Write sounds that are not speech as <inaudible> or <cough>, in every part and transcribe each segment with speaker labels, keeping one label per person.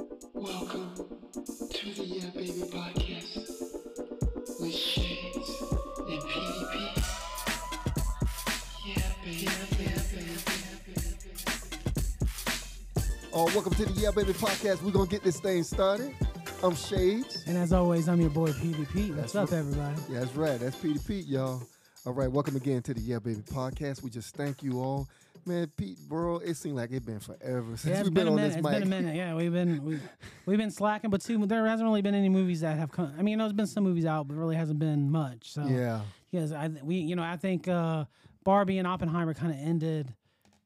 Speaker 1: Welcome to the Yeah Baby podcast with Shades and PDP. Yeah, baby,
Speaker 2: Uh, welcome to the Yeah Baby Podcast. We're gonna get this thing started. I'm Shades.
Speaker 3: And as always, I'm your boy PvP. What's up, everybody?
Speaker 2: Yeah, that's right. That's Peter Pete, y'all. All right, welcome again to the Yeah Baby Podcast. We just thank you all, man. Pete, bro, it seemed like it's been forever since
Speaker 3: Yeah, it's
Speaker 2: we've
Speaker 3: been
Speaker 2: been,
Speaker 3: a
Speaker 2: on
Speaker 3: minute.
Speaker 2: this
Speaker 3: It's
Speaker 2: mic.
Speaker 3: been a minute. Yeah, we've been we've, we've been slacking, but too, there hasn't really been any movies that have come. I mean, there's been some movies out, but really hasn't been much. So
Speaker 2: Yeah.
Speaker 3: yes, I th- we you know I think uh, Barbie and Oppenheimer kind of ended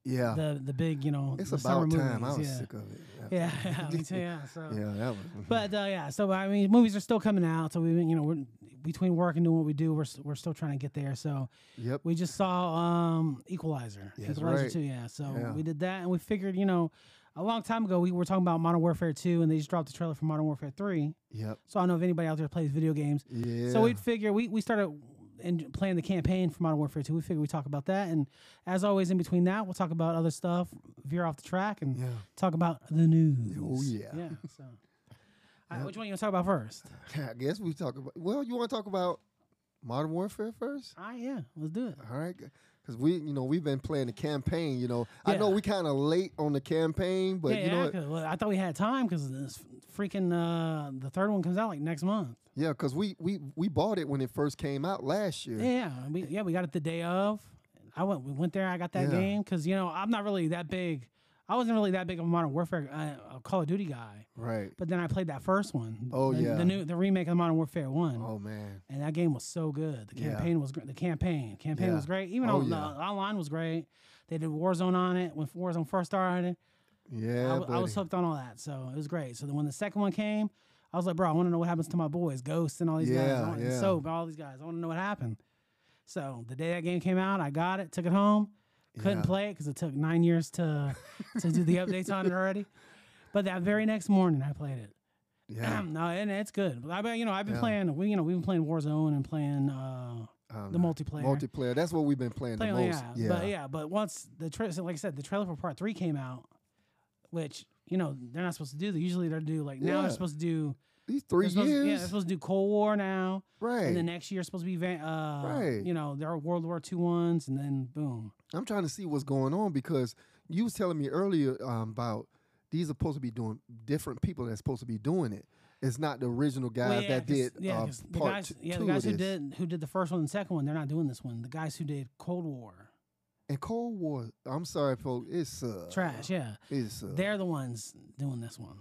Speaker 2: Yeah,
Speaker 3: the the big you know
Speaker 2: it's
Speaker 3: the summer
Speaker 2: about time.
Speaker 3: movies.
Speaker 2: I was
Speaker 3: yeah.
Speaker 2: sick of it. Yeah,
Speaker 3: <laughs> Yeah, me too. Yeah, so.
Speaker 2: yeah that was. mm-hmm.
Speaker 3: But uh, yeah, so I mean, movies are still coming out. So we, you know, we're between work and doing what we do, we're s- we're still trying to get there. So
Speaker 2: Yep.
Speaker 3: we just saw um, Equalizer,
Speaker 2: that's
Speaker 3: Equalizer
Speaker 2: right.
Speaker 3: two, yeah. So
Speaker 2: Yeah.
Speaker 3: we did that, and we figured, you know, a long time ago we were talking about Modern Warfare two, and they just dropped the trailer for Modern Warfare three.
Speaker 2: Yep.
Speaker 3: So I don't know if anybody out there plays video games.
Speaker 2: Yeah.
Speaker 3: So we'd figure we, we started and playing the campaign for Modern Warfare 2. We figured we talk about that. And as always, in between that, we'll talk about other stuff, veer off the track, and
Speaker 2: Yeah. <laughs>
Speaker 3: talk about the news.
Speaker 2: Oh, yeah.
Speaker 3: Yeah.
Speaker 2: <laughs>
Speaker 3: So, All right, which one you want to talk about first?
Speaker 2: I guess we talk about. Well, you want to talk about Modern Warfare first?
Speaker 3: All right, yeah, let's do it.
Speaker 2: All right, because we, you know, we've been playing the campaign. You know, I
Speaker 3: Yeah.
Speaker 2: know we kind of late on the campaign, but
Speaker 3: yeah,
Speaker 2: you know,
Speaker 3: yeah,
Speaker 2: what?
Speaker 3: 'cause- well, I thought we had time because this freaking uh, the third one comes out like next month.
Speaker 2: yeah, because we we we bought it when it first came out last year.
Speaker 3: Yeah, yeah, we, yeah, we got it the day of. I went, we went there. I got that
Speaker 2: Yeah.
Speaker 3: game because you know I'm not really that big. I wasn't really that big of a Modern Warfare, uh, a Call of Duty guy.
Speaker 2: Right.
Speaker 3: But then I played that first one.
Speaker 2: Oh,
Speaker 3: the,
Speaker 2: yeah.
Speaker 3: the new the remake of Modern Warfare One.
Speaker 2: oh man.
Speaker 3: And that game was so good. The
Speaker 2: Yeah.
Speaker 3: campaign was great. The campaign, campaign
Speaker 2: Yeah.
Speaker 3: was great. Even
Speaker 2: Oh,
Speaker 3: on
Speaker 2: yeah.
Speaker 3: the online was great. They did Warzone on it when Warzone first started. I,
Speaker 2: Yeah,
Speaker 3: w- I was
Speaker 2: buddy.
Speaker 3: hooked on all that, so it was great. So then when the second one came, I was like, bro, I want to know what happens to my boys, Ghost and all these
Speaker 2: Yeah,
Speaker 3: guys, I want-
Speaker 2: yeah.
Speaker 3: Soap, all these guys. I want to know what happened. So the day that game came out, I got it, took it home, couldn't
Speaker 2: Yeah.
Speaker 3: play it because it took nine
Speaker 2: <laughs>
Speaker 3: years to to do the updates on it already. But that very next morning, I played it. <clears throat>
Speaker 2: yeah.
Speaker 3: no, and it's good. But I, bet you know, I've been playing. We, you know, we've been playing Warzone and playing uh, the multiplayer.
Speaker 2: Um, Multiplayer. That's what we've been playing the
Speaker 3: Playing,
Speaker 2: most.
Speaker 3: yeah, but yeah, but once the tra- so like I said, the trailer for part three came out, which you know they're not supposed to do. Usually they're do like now
Speaker 2: Yeah.
Speaker 3: they're supposed to do.
Speaker 2: These three
Speaker 3: they're supposed,
Speaker 2: years.
Speaker 3: yeah, they're supposed to do Cold War now.
Speaker 2: Right.
Speaker 3: And then next year it's supposed to be, van- uh,
Speaker 2: Right.
Speaker 3: you know, there are World War II ones, and then boom.
Speaker 2: I'm trying to see what's going on because you was telling me earlier um, about these are supposed to be doing different people that's supposed to be doing it. It's not the original guys
Speaker 3: Well, yeah,
Speaker 2: that
Speaker 3: 'cause-
Speaker 2: did
Speaker 3: yeah,
Speaker 2: uh,
Speaker 3: 'cause the
Speaker 2: part
Speaker 3: guys,
Speaker 2: t-
Speaker 3: yeah,
Speaker 2: two
Speaker 3: the guys
Speaker 2: of
Speaker 3: who
Speaker 2: this.
Speaker 3: did who did the first one and second one, they're not doing this one. The guys who did Cold War,
Speaker 2: And Cold War, I'm sorry, folks, it's uh,
Speaker 3: trash, yeah,
Speaker 2: It's uh,
Speaker 3: they're the ones doing this one.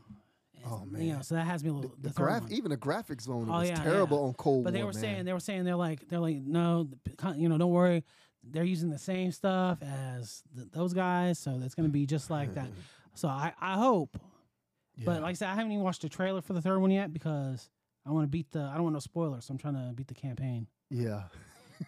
Speaker 2: oh man,
Speaker 3: You know, so that has me a little. The,
Speaker 2: the
Speaker 3: third
Speaker 2: graph,
Speaker 3: one.
Speaker 2: even the graphics on it
Speaker 3: Oh,
Speaker 2: was
Speaker 3: yeah,
Speaker 2: terrible
Speaker 3: yeah.
Speaker 2: on Cold War.
Speaker 3: But they were
Speaker 2: man.
Speaker 3: saying they were saying they're like they're like no, the p- con- you know, don't worry. They're using the same stuff as th- those guys, so that's gonna be just
Speaker 2: <laughs>
Speaker 3: like that. So I I hope. But like I said, I haven't even watched the trailer for the third one yet because I want to beat the. I don't want no spoilers, so I'm trying to beat
Speaker 2: <laughs>
Speaker 3: the campaign.
Speaker 2: yeah,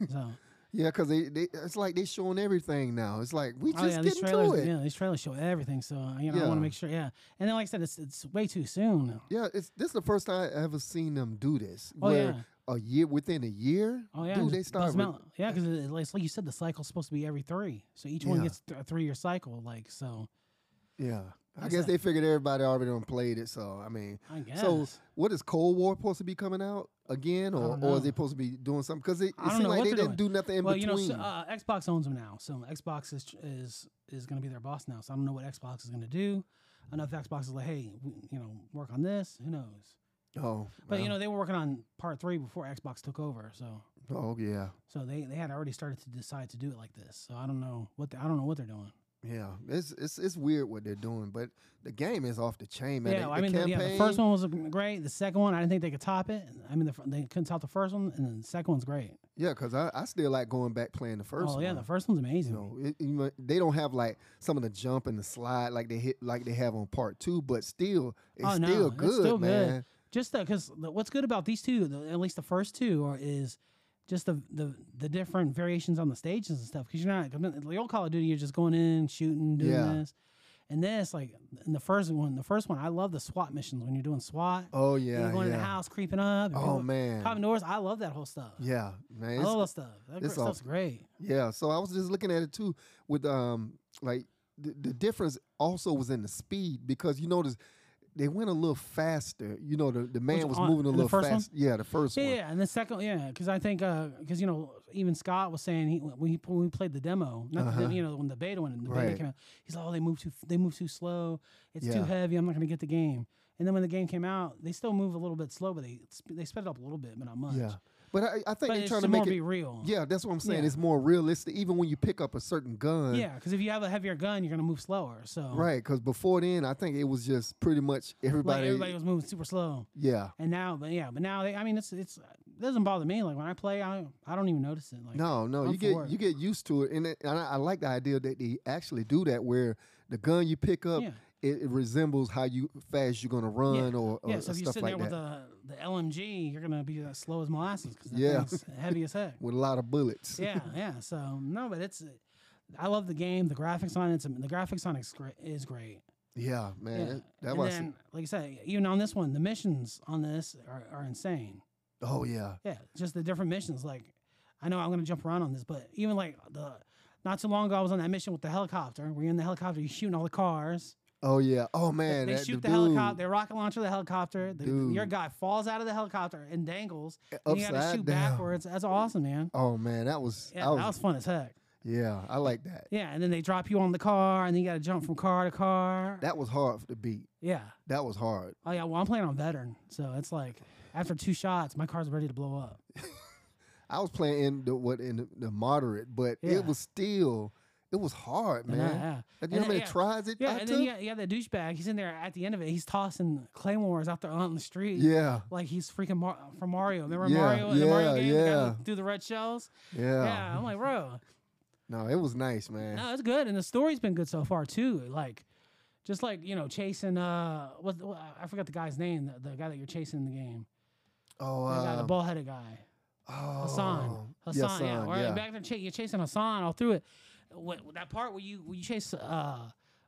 Speaker 3: So
Speaker 2: yeah, because they, they, it's like they showing everything now. It's like we just
Speaker 3: oh yeah, these
Speaker 2: getting to
Speaker 3: trailers,
Speaker 2: it. Yeah.
Speaker 3: yeah, these trailers show everything. So you know, I want
Speaker 2: Yeah.
Speaker 3: to make sure, yeah. And then like I said, it's it's way too soon.
Speaker 2: it's this is the first time I ever seen them do this.
Speaker 3: Oh,
Speaker 2: where
Speaker 3: yeah.
Speaker 2: a year within a year,
Speaker 3: Oh yeah,
Speaker 2: dude,
Speaker 3: and
Speaker 2: they
Speaker 3: just
Speaker 2: start.
Speaker 3: buzz 'em
Speaker 2: With,
Speaker 3: out. Yeah, because it's like you said, the cycle's supposed to be every three, so each one
Speaker 2: Yeah.
Speaker 3: gets th- a three-year cycle. Like so,
Speaker 2: yeah, I
Speaker 3: That's
Speaker 2: guess
Speaker 3: it.
Speaker 2: they figured everybody already done played it. So I mean,
Speaker 3: I
Speaker 2: so
Speaker 3: guess.
Speaker 2: what is Cold War supposed to be coming out again, or,
Speaker 3: don't
Speaker 2: or is it
Speaker 3: know.
Speaker 2: supposed to be doing something? Because it, it
Speaker 3: I don't
Speaker 2: seemed
Speaker 3: know
Speaker 2: like
Speaker 3: what
Speaker 2: they
Speaker 3: they're
Speaker 2: didn't
Speaker 3: doing.
Speaker 2: do nothing in
Speaker 3: well,
Speaker 2: between.
Speaker 3: you know, so, uh, Xbox owns them now, so Xbox is is is going to be their boss now. So I don't know what Xbox is going to do. I know if Xbox is like, hey, we, you know, work on this. Who knows?
Speaker 2: oh,
Speaker 3: But you
Speaker 2: well,
Speaker 3: know, they were working on part three before Xbox took over, so
Speaker 2: oh yeah.
Speaker 3: so they they had already started to decide to do it like this. So I don't know what the, I don't know what they're doing.
Speaker 2: Yeah, it's it's it's weird what they're doing, but the game is off the chain, man.
Speaker 3: Yeah,
Speaker 2: the,
Speaker 3: well, I mean,
Speaker 2: the
Speaker 3: the,
Speaker 2: campaign,
Speaker 3: yeah, the first one was great. The second one, I didn't think they could top it. I mean, the, fir- they couldn't top the first one, and then the second one's great.
Speaker 2: yeah, because I, I still like going back playing the first.
Speaker 3: oh yeah,
Speaker 2: one.
Speaker 3: the first one's amazing.
Speaker 2: you know, it, you know, they don't have like some of the jump and the slide like they hit like they have on part two, but still, it's
Speaker 3: oh no,
Speaker 2: still good,
Speaker 3: it's still
Speaker 2: man.
Speaker 3: good. Just because what's good about these two, the, at least the first two, are is just the the, the different variations on the stages and stuff. Because you're not the old Call of Duty, you're just going in shooting, doing
Speaker 2: Yeah.
Speaker 3: this. And this, like in the first one, the first one, I love the SWAT missions when you're doing SWAT.
Speaker 2: Oh
Speaker 3: you're
Speaker 2: yeah,
Speaker 3: going
Speaker 2: yeah.
Speaker 3: to the house, creeping up. and
Speaker 2: Oh,
Speaker 3: people-
Speaker 2: man.
Speaker 3: popping doors. I love that whole stuff.
Speaker 2: Yeah, man.
Speaker 3: I
Speaker 2: it's-
Speaker 3: love that stuff. That
Speaker 2: it's
Speaker 3: stuff's
Speaker 2: awesome.
Speaker 3: great.
Speaker 2: Yeah, so I was just looking at it too with um like the, the difference also was in the speed because you notice they went a little faster. You know, the, the man
Speaker 3: Which
Speaker 2: was
Speaker 3: on-
Speaker 2: moving a
Speaker 3: in the
Speaker 2: little
Speaker 3: first one?
Speaker 2: fast. Yeah, the first
Speaker 3: Yeah,
Speaker 2: one.
Speaker 3: yeah, and the second, yeah, because I think because you know even Scott was saying he when, he, when we played the demo, not the,
Speaker 2: Uh-huh.
Speaker 3: demo, you know when the beta when the
Speaker 2: Right.
Speaker 3: beta came out, he's like, oh, they move too, they move too slow, it's too
Speaker 2: Yeah.
Speaker 3: heavy, I'm not gonna get the game. And then when the game came out, they still move a little bit slow, but they sp- they sped it up a little bit, but not much.
Speaker 2: Yeah, but I, I think
Speaker 3: but
Speaker 2: they're
Speaker 3: it's
Speaker 2: trying
Speaker 3: to
Speaker 2: to make
Speaker 3: more
Speaker 2: it.
Speaker 3: be real.
Speaker 2: Yeah, that's what I'm saying.
Speaker 3: Yeah.
Speaker 2: It's more realistic, even when you pick up a certain gun.
Speaker 3: yeah, because if you have a heavier gun, you're gonna move slower. So
Speaker 2: Right, because before then, I think it was just pretty much
Speaker 3: like
Speaker 2: everybody.
Speaker 3: everybody was moving super slow.
Speaker 2: yeah.
Speaker 3: And now, but yeah, but now they, I mean, it's it's it doesn't bother me. Like when I play, I I don't even notice it. Like
Speaker 2: No, no,
Speaker 3: I'm
Speaker 2: you get
Speaker 3: for it.
Speaker 2: you get used to it, and, it, and I, I like the idea that they actually do that, where the gun you pick up
Speaker 3: Yeah.
Speaker 2: it, it resembles how you fast you're gonna run or, or
Speaker 3: yeah, so if you're
Speaker 2: stuff
Speaker 3: sitting
Speaker 2: like
Speaker 3: there with
Speaker 2: that,
Speaker 3: the the LMG, you're gonna be as slow as molasses because
Speaker 2: Yeah.
Speaker 3: yeah, heavy as
Speaker 2: <laughs>
Speaker 3: heck.
Speaker 2: with a lot of bullets.
Speaker 3: yeah, yeah. So no, but it's I love the game. The graphics on it's the graphics on it's great is great.
Speaker 2: <laughs> Yeah, man,
Speaker 3: yeah.
Speaker 2: that, that
Speaker 3: and
Speaker 2: was
Speaker 3: then, like you said, even on this one, the missions on this are, are insane.
Speaker 2: oh yeah,
Speaker 3: Yeah, just the different missions. Like, I know I'm gonna jump around on this, but even like the not too long ago, I was on that mission with the helicopter. We're in the helicopter, you shooting all the cars.
Speaker 2: oh yeah, oh
Speaker 3: They-
Speaker 2: man,
Speaker 3: they
Speaker 2: that,
Speaker 3: shoot
Speaker 2: the,
Speaker 3: the,
Speaker 2: dude
Speaker 3: helicopter. They rocket launcher the helicopter. The, your
Speaker 2: Dude.
Speaker 3: guy falls out of the helicopter and dangles. and you gotta
Speaker 2: upside
Speaker 3: shoot
Speaker 2: down.
Speaker 3: backwards. That's awesome, man.
Speaker 2: Oh man, that was,
Speaker 3: Yeah,
Speaker 2: I was,
Speaker 3: that was fun as heck.
Speaker 2: yeah, I like that.
Speaker 3: Yeah, and then they drop you on the car, and then you gotta jump from car to car.
Speaker 2: That was hard to beat.
Speaker 3: yeah.
Speaker 2: That was hard.
Speaker 3: Oh yeah. Well, I'm playing on veteran, so it's like after two shots, my car's ready to blow up.
Speaker 2: I was playing in the what in the, the moderate, but
Speaker 3: Yeah.
Speaker 2: it was still it was hard,
Speaker 3: And I-
Speaker 2: man.
Speaker 3: yeah.
Speaker 2: And you know
Speaker 3: And
Speaker 2: how many
Speaker 3: yeah.
Speaker 2: tries it
Speaker 3: Yeah,
Speaker 2: I
Speaker 3: and
Speaker 2: took?
Speaker 3: then you got, you got that douchebag. He's in there at the end of it. He's tossing claymores out there on the street.
Speaker 2: yeah,
Speaker 3: Like he's freaking Mar- from Mario. Remember
Speaker 2: Yeah,
Speaker 3: Mario in the Mario
Speaker 2: yeah,
Speaker 3: game? The guy
Speaker 2: yeah.
Speaker 3: who threw the red shells.
Speaker 2: yeah,
Speaker 3: yeah I'm like, bro,
Speaker 2: No, it was nice, man.
Speaker 3: No, it's good, and the story's been good so far too. Like, just like you know, chasing uh, what what- I forgot the guy's name, the, the guy that you're chasing in the game,
Speaker 2: Oh,
Speaker 3: the, guy, the
Speaker 2: uh,
Speaker 3: ball headed guy,
Speaker 2: oh,
Speaker 3: Hassan, Hassan,
Speaker 2: yeah,
Speaker 3: yeah,
Speaker 2: Hassan,
Speaker 3: Or
Speaker 2: yeah.
Speaker 3: back there, cha- you're chasing Hassan all through it. What that part where you where you chase uh,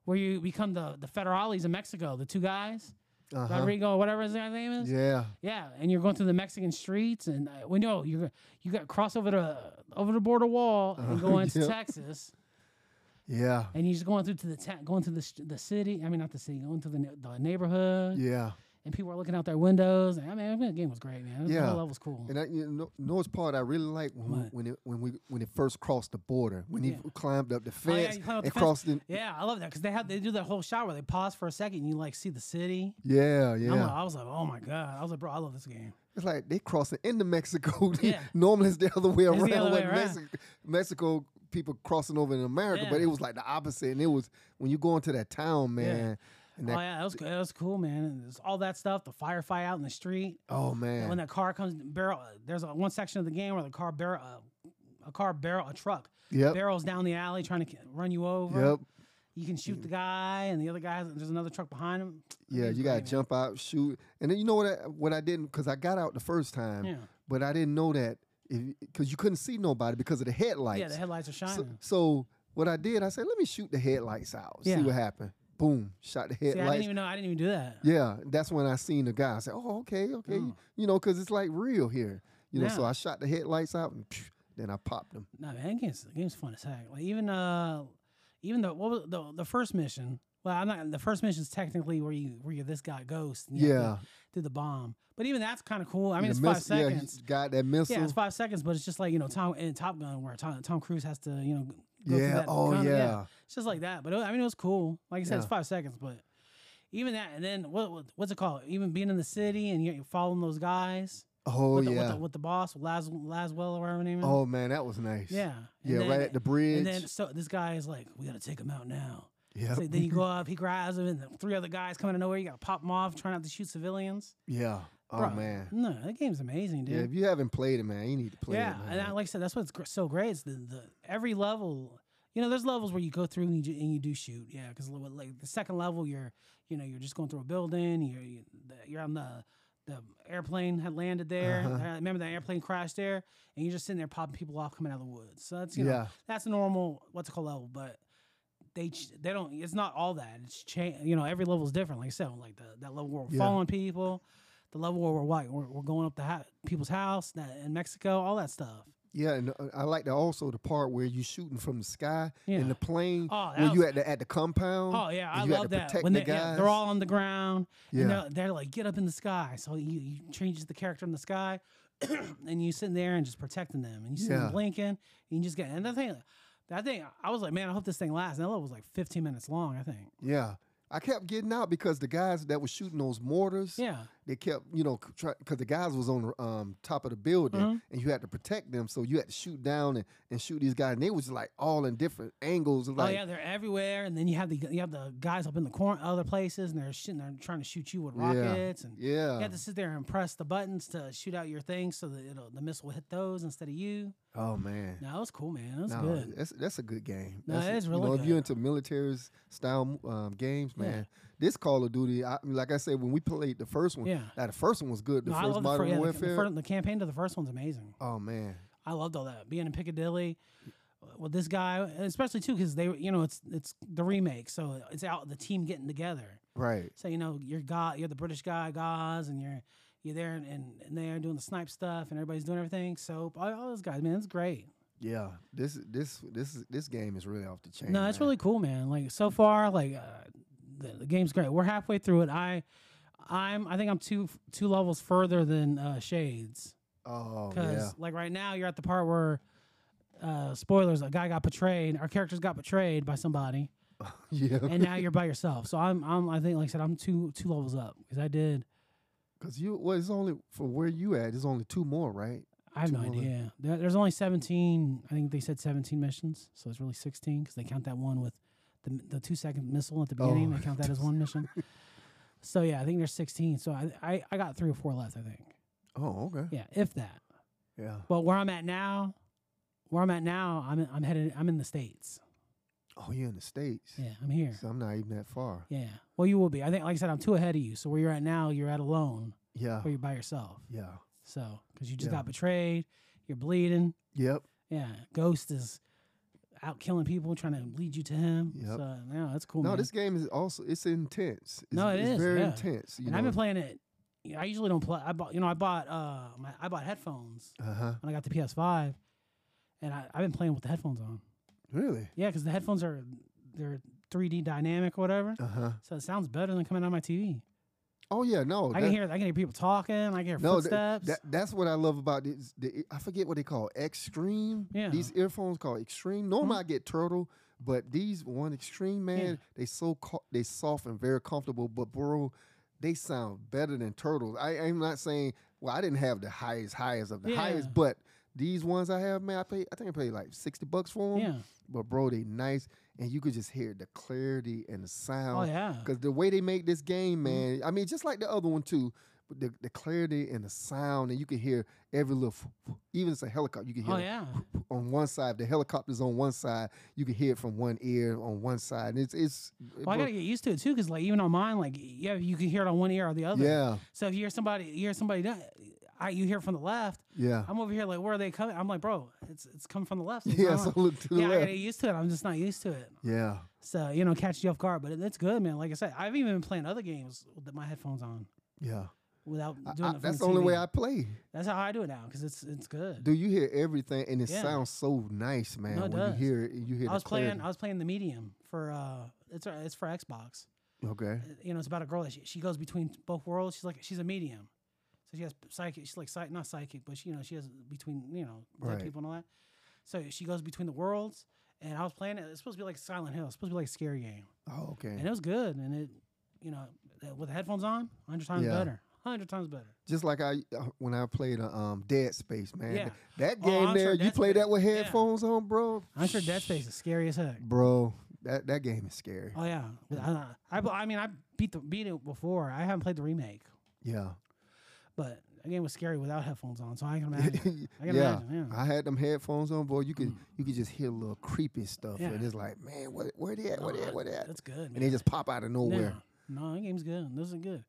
Speaker 3: where you become the the federales in Mexico, the two guys,
Speaker 2: Uh-huh.
Speaker 3: Rodrigo, whatever his guy's name is,
Speaker 2: Yeah,
Speaker 3: yeah, and you're going through the Mexican streets, and uh, we know you you got to cross over the over the border wall and
Speaker 2: Uh-huh,
Speaker 3: go
Speaker 2: <laughs>
Speaker 3: into
Speaker 2: yeah.
Speaker 3: Texas
Speaker 2: yeah,
Speaker 3: and you're just going through to the ta- going to the sh- the city. I mean, not the city, going to the ne- the neighborhood,
Speaker 2: yeah.
Speaker 3: and people are looking out their windows. And I mean, I mean, the game was great, man. The
Speaker 2: Yeah.
Speaker 3: whole level's cool.
Speaker 2: And I, you know, North part I really like when,
Speaker 3: What?
Speaker 2: when it when we when it first crossed the border when he
Speaker 3: Yeah.
Speaker 2: climbed up the
Speaker 3: Oh, yeah,
Speaker 2: fence
Speaker 3: you climb up the
Speaker 2: and
Speaker 3: fence.
Speaker 2: crossed in.
Speaker 3: yeah, I love that because they have they do that whole shot where they pause for a second and you like see the city.
Speaker 2: Yeah, yeah.
Speaker 3: And I'm like, I was like, oh my god! I was like, bro, I love this game.
Speaker 2: It's like they crossing into Mexico. <laughs>
Speaker 3: Yeah.
Speaker 2: Normally it's the other way
Speaker 3: It's
Speaker 2: around.
Speaker 3: the other way
Speaker 2: like
Speaker 3: around.
Speaker 2: Mexico, Mexico people crossing over in America, but
Speaker 3: Yeah.
Speaker 2: it was like the opposite. And it was when you go into that town, man. And that,
Speaker 3: oh yeah, that was good. That was cool, man. And there's all that stuff, the firefight out in the street.
Speaker 2: oh
Speaker 3: And
Speaker 2: man.
Speaker 3: when that car comes barrel, there's a, one section of the game where the car barrel, uh, a car barrel, a truck
Speaker 2: yep.
Speaker 3: barrels down the alley trying to ki- run you over.
Speaker 2: Yep.
Speaker 3: you can shoot the guy, and the other guy, there's another truck behind him.
Speaker 2: Mm. Yeah,
Speaker 3: It's
Speaker 2: you gotta
Speaker 3: great, man.
Speaker 2: jump out, shoot, and then you know what? I, what I didn't because I got out the first time,
Speaker 3: Yeah,
Speaker 2: but I didn't know that because you couldn't see nobody because of the headlights.
Speaker 3: yeah, the headlights are
Speaker 2: So,
Speaker 3: shining.
Speaker 2: so what I did, I said, let me shoot the headlights out,
Speaker 3: Yeah.
Speaker 2: see what happened. Boom, shot the
Speaker 3: See, I didn't
Speaker 2: headlights.
Speaker 3: even know. I didn't even do that.
Speaker 2: Yeah, that's when I seen the guy. I said, "Oh, okay, okay."
Speaker 3: Oh.
Speaker 2: You know, because it's like real here. You know, so
Speaker 3: Yeah.
Speaker 2: I shot the headlights out and phew, then I popped them.
Speaker 3: No, man, that game's, the game's fun as heck. Like even uh, even the what was the the first mission. Well, I'm not. The first mission's technically where you where you're this guy ghost. and you have to
Speaker 2: Yeah,
Speaker 3: do the bomb. But even that's kind of cool. I mean,
Speaker 2: The
Speaker 3: it's five
Speaker 2: miss- yeah, you
Speaker 3: seconds.
Speaker 2: got that missile.
Speaker 3: Yeah, it's five seconds, but it's just like you know Tom in Top Gun where Tom, Tom Cruise has to you know go through
Speaker 2: Yeah,
Speaker 3: that
Speaker 2: oh
Speaker 3: gun-
Speaker 2: yeah.
Speaker 3: It's just like that. But it, I mean, it was cool. Like I said, it's
Speaker 2: Yeah.
Speaker 3: five seconds, but even that, and then what, what what's it called? Even being in the city and you're following those guys.
Speaker 2: Oh
Speaker 3: with the,
Speaker 2: yeah.
Speaker 3: With the, with the boss, Las, Laswell or whatever his name is.
Speaker 2: oh man, that was nice.
Speaker 3: Yeah. And
Speaker 2: Yeah,
Speaker 3: then-
Speaker 2: right at the bridge.
Speaker 3: And then so this guy is like, we gotta take him out now.
Speaker 2: yeah.
Speaker 3: So then you go up, he grabs him, and the three other guys coming out of nowhere. You gotta pop them off, try not to shoot civilians.
Speaker 2: <laughs> yeah. Oh
Speaker 3: Bruh,
Speaker 2: man.
Speaker 3: no, that game's amazing, dude.
Speaker 2: Yeah, if you haven't played it, man, you need to play
Speaker 3: Yeah,
Speaker 2: it.
Speaker 3: and I,
Speaker 2: man.
Speaker 3: like I said, that's what's gr- so great. Is the, the every level, you know, there's levels where you go through and you, ju- and you do shoot. Yeah, because like the second level, you're you know you're just going through a building. You're you, the- you're on the the airplane had landed there.
Speaker 2: Uh-huh.
Speaker 3: I remember that airplane crashed there, and you're just sitting there popping people off coming out of the woods. So that's you know
Speaker 2: yeah.
Speaker 3: that's a normal what's it called level, but. They, ch- they don't it's not all that it's change you know every level is different like I said like the, that level where we're
Speaker 2: Yeah.
Speaker 3: following people the level where we're white we're, we're going up to ha- people's house that in Mexico all that stuff
Speaker 2: Yeah, and uh, I like that also the part where you shooting from the sky
Speaker 3: Yeah.
Speaker 2: in the plane
Speaker 3: Oh, that
Speaker 2: when you
Speaker 3: was-
Speaker 2: at the at the compound.
Speaker 3: Oh yeah,
Speaker 2: and
Speaker 3: I
Speaker 2: you had
Speaker 3: love
Speaker 2: to
Speaker 3: that.
Speaker 2: protect
Speaker 3: When
Speaker 2: the
Speaker 3: they, yeah, they're
Speaker 2: guys.
Speaker 3: all on the ground,
Speaker 2: Yeah.
Speaker 3: and they're, they're like, "Get up in the sky." So you, you changes the character in the sky, <clears throat> and you sitting there and just protecting them, and you see
Speaker 2: Yeah.
Speaker 3: them blinking, and you just get. And that thing, that thing, I was like, "Man, I hope this thing lasts." And that level was like 15 minutes long, I think.
Speaker 2: Yeah. I kept getting out because the guys that were shooting those mortars,
Speaker 3: Yeah,
Speaker 2: they kept, you know, because the guys was on the um, top of the building
Speaker 3: Mhm.
Speaker 2: and you had to protect them. So you had to shoot down and, and shoot these guys. And they was like all in different angles. Like,
Speaker 3: oh yeah, they're everywhere, and then you have the you have the guys up in the corner, other places, and they're shooting, they're trying to shoot you with
Speaker 2: Yeah.
Speaker 3: rockets, and
Speaker 2: yeah.
Speaker 3: you have to sit there and press the buttons to shoot out your thing so that it'll, the missile will hit those instead of you.
Speaker 2: Oh, man.
Speaker 3: No, it was cool, man. It was
Speaker 2: No,
Speaker 3: good.
Speaker 2: That's, that's a good game.
Speaker 3: No,
Speaker 2: that's,
Speaker 3: it is
Speaker 2: you
Speaker 3: really
Speaker 2: know, If you're
Speaker 3: good.
Speaker 2: into military style um, games,
Speaker 3: Yeah.
Speaker 2: man, this Call of Duty, I, like I said, when we played the first one,
Speaker 3: Yeah.
Speaker 2: now, the first one was good. The
Speaker 3: No, I
Speaker 2: first
Speaker 3: love the, fir-
Speaker 2: Modern
Speaker 3: yeah, the, ca-
Speaker 2: Warfare.
Speaker 3: the, fir- the campaign to the first one's amazing.
Speaker 2: oh, man.
Speaker 3: I loved all that being in Piccadilly with this guy, especially too because they were- you know it's it's the remake, so it's out the team getting together.
Speaker 2: Right.
Speaker 3: So you know you're God, you're the British guy, guys, and you're you're there and, and, and they're doing the snipe stuff, and everybody's doing everything. So all, all those guys, man, it's great.
Speaker 2: Yeah. This this this is- this game is really off the chain.
Speaker 3: no, it's
Speaker 2: man.
Speaker 3: really cool, man. Like so far, like uh, the, the game's great. We're halfway through it. I. I'm. I think I'm two two levels further than uh, Shades.
Speaker 2: Oh
Speaker 3: Because
Speaker 2: yeah.
Speaker 3: like right now you're at the part where uh spoilers, a guy got betrayed, our characters got betrayed
Speaker 2: <laughs>
Speaker 3: by somebody,
Speaker 2: Yeah.
Speaker 3: and now you're by yourself. So I'm I'm I think like I said, I'm two two levels up. Because I did
Speaker 2: Because you well, it's only for where you at, it's only two more, right?
Speaker 3: I have
Speaker 2: Two
Speaker 3: no
Speaker 2: more left.
Speaker 3: idea. There, there's only 17. I think they said 17 missions, so it's really 16 because they count that one with the m- the two second missile at the beginning.
Speaker 2: Oh.
Speaker 3: They count that as one
Speaker 2: <laughs>
Speaker 3: mission. So yeah, I think there's 16. So I, I I got three or four left. I think
Speaker 2: Oh, okay.
Speaker 3: yeah, if that.
Speaker 2: Yeah.
Speaker 3: But where I'm at now, where I'm at now, I'm I'm headed. I'm in the states.
Speaker 2: Oh, you're in the States.
Speaker 3: Yeah, I'm here.
Speaker 2: So I'm not even that far.
Speaker 3: Yeah. Well, you will be. I think, like I said, I'm two ahead of you. So where you're at now, you're at alone,
Speaker 2: Yeah.
Speaker 3: or you're by yourself.
Speaker 2: Yeah.
Speaker 3: So because you just
Speaker 2: Yeah.
Speaker 3: got betrayed, you're bleeding.
Speaker 2: Yep.
Speaker 3: Yeah. Ghost is out killing people, trying to lead you to him.
Speaker 2: Yep.
Speaker 3: So no, that's cool.
Speaker 2: No,
Speaker 3: man.
Speaker 2: this game is also it's intense. It's,
Speaker 3: No, it
Speaker 2: it's
Speaker 3: is,
Speaker 2: very
Speaker 3: yeah.
Speaker 2: intense. You
Speaker 3: and I've been
Speaker 2: know.
Speaker 3: playing it. you know, I usually don't play. I bought, you know, I bought, uh, my, I bought headphones
Speaker 2: Uh huh.
Speaker 3: when I got the PS5, and I, I've been playing with the headphones on.
Speaker 2: Really.
Speaker 3: Yeah, because the headphones are they're 3D dynamic or whatever,
Speaker 2: Uh huh.
Speaker 3: so it sounds better than coming out of my TV.
Speaker 2: Oh yeah. No.
Speaker 3: I
Speaker 2: that-
Speaker 3: can hear, I can hear people talking. I can hear
Speaker 2: no, th-
Speaker 3: footsteps.
Speaker 2: that, that's what I love about this. The, I forget what they call extreme.
Speaker 3: Yeah. Mm-hmm.
Speaker 2: These earphones called extreme. Normally I get turtle, but these one extreme man,
Speaker 3: Yeah.
Speaker 2: they so co- they soft and very comfortable. But bro, they sound better than turtles. I, I'm not saying. Well, I didn't have the highest highest of the highest,
Speaker 3: Yeah.
Speaker 2: but these ones I have, man, I pay. I think I paid like sixty bucks for them.
Speaker 3: yeah.
Speaker 2: But bro, they nice, and you could just hear the clarity and the sound.
Speaker 3: Oh yeah. Mm-hmm.
Speaker 2: Because the way they make this game, man, I mean, just like the other one too, but the, the clarity and the sound, and you can hear every little, even it's a helicopter, you can hear
Speaker 3: Oh
Speaker 2: it
Speaker 3: yeah.
Speaker 2: on one side. If the helicopter's on one side, you can hear it from one ear on one side. And it's, it's
Speaker 3: Well, I gotta get used to it too, because like even on mine, like yeah, you can hear it on one ear or the other.
Speaker 2: yeah,
Speaker 3: So if you hear somebody, you hear somebody, do- I you hear it from the left.
Speaker 2: <laughs> yeah,
Speaker 3: I'm over here like, where are they coming? I'm like, bro, it's it's coming from the left. It's
Speaker 2: yeah.
Speaker 3: not
Speaker 2: So
Speaker 3: on-
Speaker 2: look to the
Speaker 3: yeah, I
Speaker 2: left.
Speaker 3: gotta get used to it. I'm just not used to it.
Speaker 2: Yeah.
Speaker 3: So you know, catch you off guard, but it, it's good, man. Like I said, I've even been playing other games with my headphones on
Speaker 2: Yeah,
Speaker 3: without
Speaker 2: I-
Speaker 3: doing
Speaker 2: I-
Speaker 3: it. From
Speaker 2: that's the only way
Speaker 3: TV.
Speaker 2: I play.
Speaker 3: That's how I do it now, because it's it's good.
Speaker 2: Do you hear everything? And it
Speaker 3: Yeah.
Speaker 2: sounds so nice, man.
Speaker 3: No, it
Speaker 2: when
Speaker 3: does.
Speaker 2: you hear it, you hear.
Speaker 3: I
Speaker 2: the
Speaker 3: was playing.
Speaker 2: clarity.
Speaker 3: I was playing the medium for uh, it's it's for Xbox.
Speaker 2: Okay.
Speaker 3: uh, you know, it's about a girl that she, she goes between both worlds. She's like she's a medium, so she has p- psychic. She's like psych, not psychic, but she, you know, she has between you know dead
Speaker 2: Right.
Speaker 3: people and all that. So she goes between the worlds. And I was playing it. It's supposed to be like Silent Hill. It's supposed to be like a scary game,
Speaker 2: Oh, okay.
Speaker 3: and it was good. And it, you know, uh, with the headphones on, hundred times
Speaker 2: Yeah.
Speaker 3: better. Hundred times better.
Speaker 2: Just like I uh, when I played uh, um, Dead Space, man.
Speaker 3: Yeah.
Speaker 2: Th- That
Speaker 3: Oh,
Speaker 2: game
Speaker 3: I'm sure
Speaker 2: there, you
Speaker 3: Dead
Speaker 2: play
Speaker 3: Space-
Speaker 2: that with
Speaker 3: yeah.
Speaker 2: headphones on, bro.
Speaker 3: I'm sure Dead Space is scary as heck.
Speaker 2: Bro, that, that game is scary.
Speaker 3: Oh yeah, But I, I, I mean I beat the beat it before. I haven't played the remake,
Speaker 2: Yeah. <laughs>
Speaker 3: but that game was scary without headphones on. So I can
Speaker 2: yeah. <laughs>
Speaker 3: imagine. I can imagine. Yeah. Mm.
Speaker 2: I had them headphones on, boy. You could you could just hear little creepy stuff,
Speaker 3: Yeah.
Speaker 2: and it's like, man, where where they at? Where they at? Where they at?
Speaker 3: That's good.
Speaker 2: And they just pop out of nowhere.
Speaker 3: No, no, that game's good. This is good.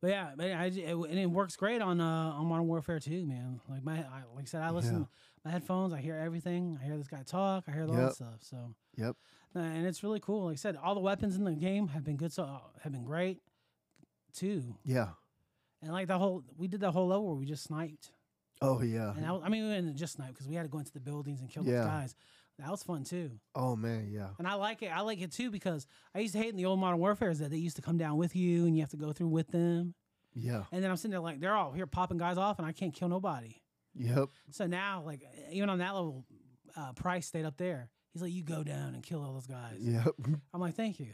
Speaker 3: But yeah, but I, j- it, w- and it works great on uh, on Modern Warfare too, man. Like my, I, like I said, I listen
Speaker 2: Yeah.
Speaker 3: my headphones. I hear everything. I hear this guy talk. I hear all
Speaker 2: Yep.
Speaker 3: that stuff. So
Speaker 2: Yep.
Speaker 3: uh, and it's really cool. Like I said, all the weapons in the game have been good. So uh, have been great too.
Speaker 2: Yeah.
Speaker 3: And like the whole, we did that whole level where we just sniped.
Speaker 2: Oh yeah.
Speaker 3: And I, was, I mean, we were in the just snipe because we had to go into the buildings and kill
Speaker 2: Yeah.
Speaker 3: those guys. That was fun too.
Speaker 2: Oh man, yeah.
Speaker 3: And I like it. I like it too because I used to hate in the old Modern Warfare is that they used to come down with you and you have to go through with them.
Speaker 2: Yeah.
Speaker 3: And then I'm sitting there like they're all here popping guys off and I can't kill nobody.
Speaker 2: Yep.
Speaker 3: So now, like even on that level, uh, Price stayed up there. He's like, "You go down and kill all those guys."
Speaker 2: Yep.
Speaker 3: <laughs> I'm like, "Thank you,"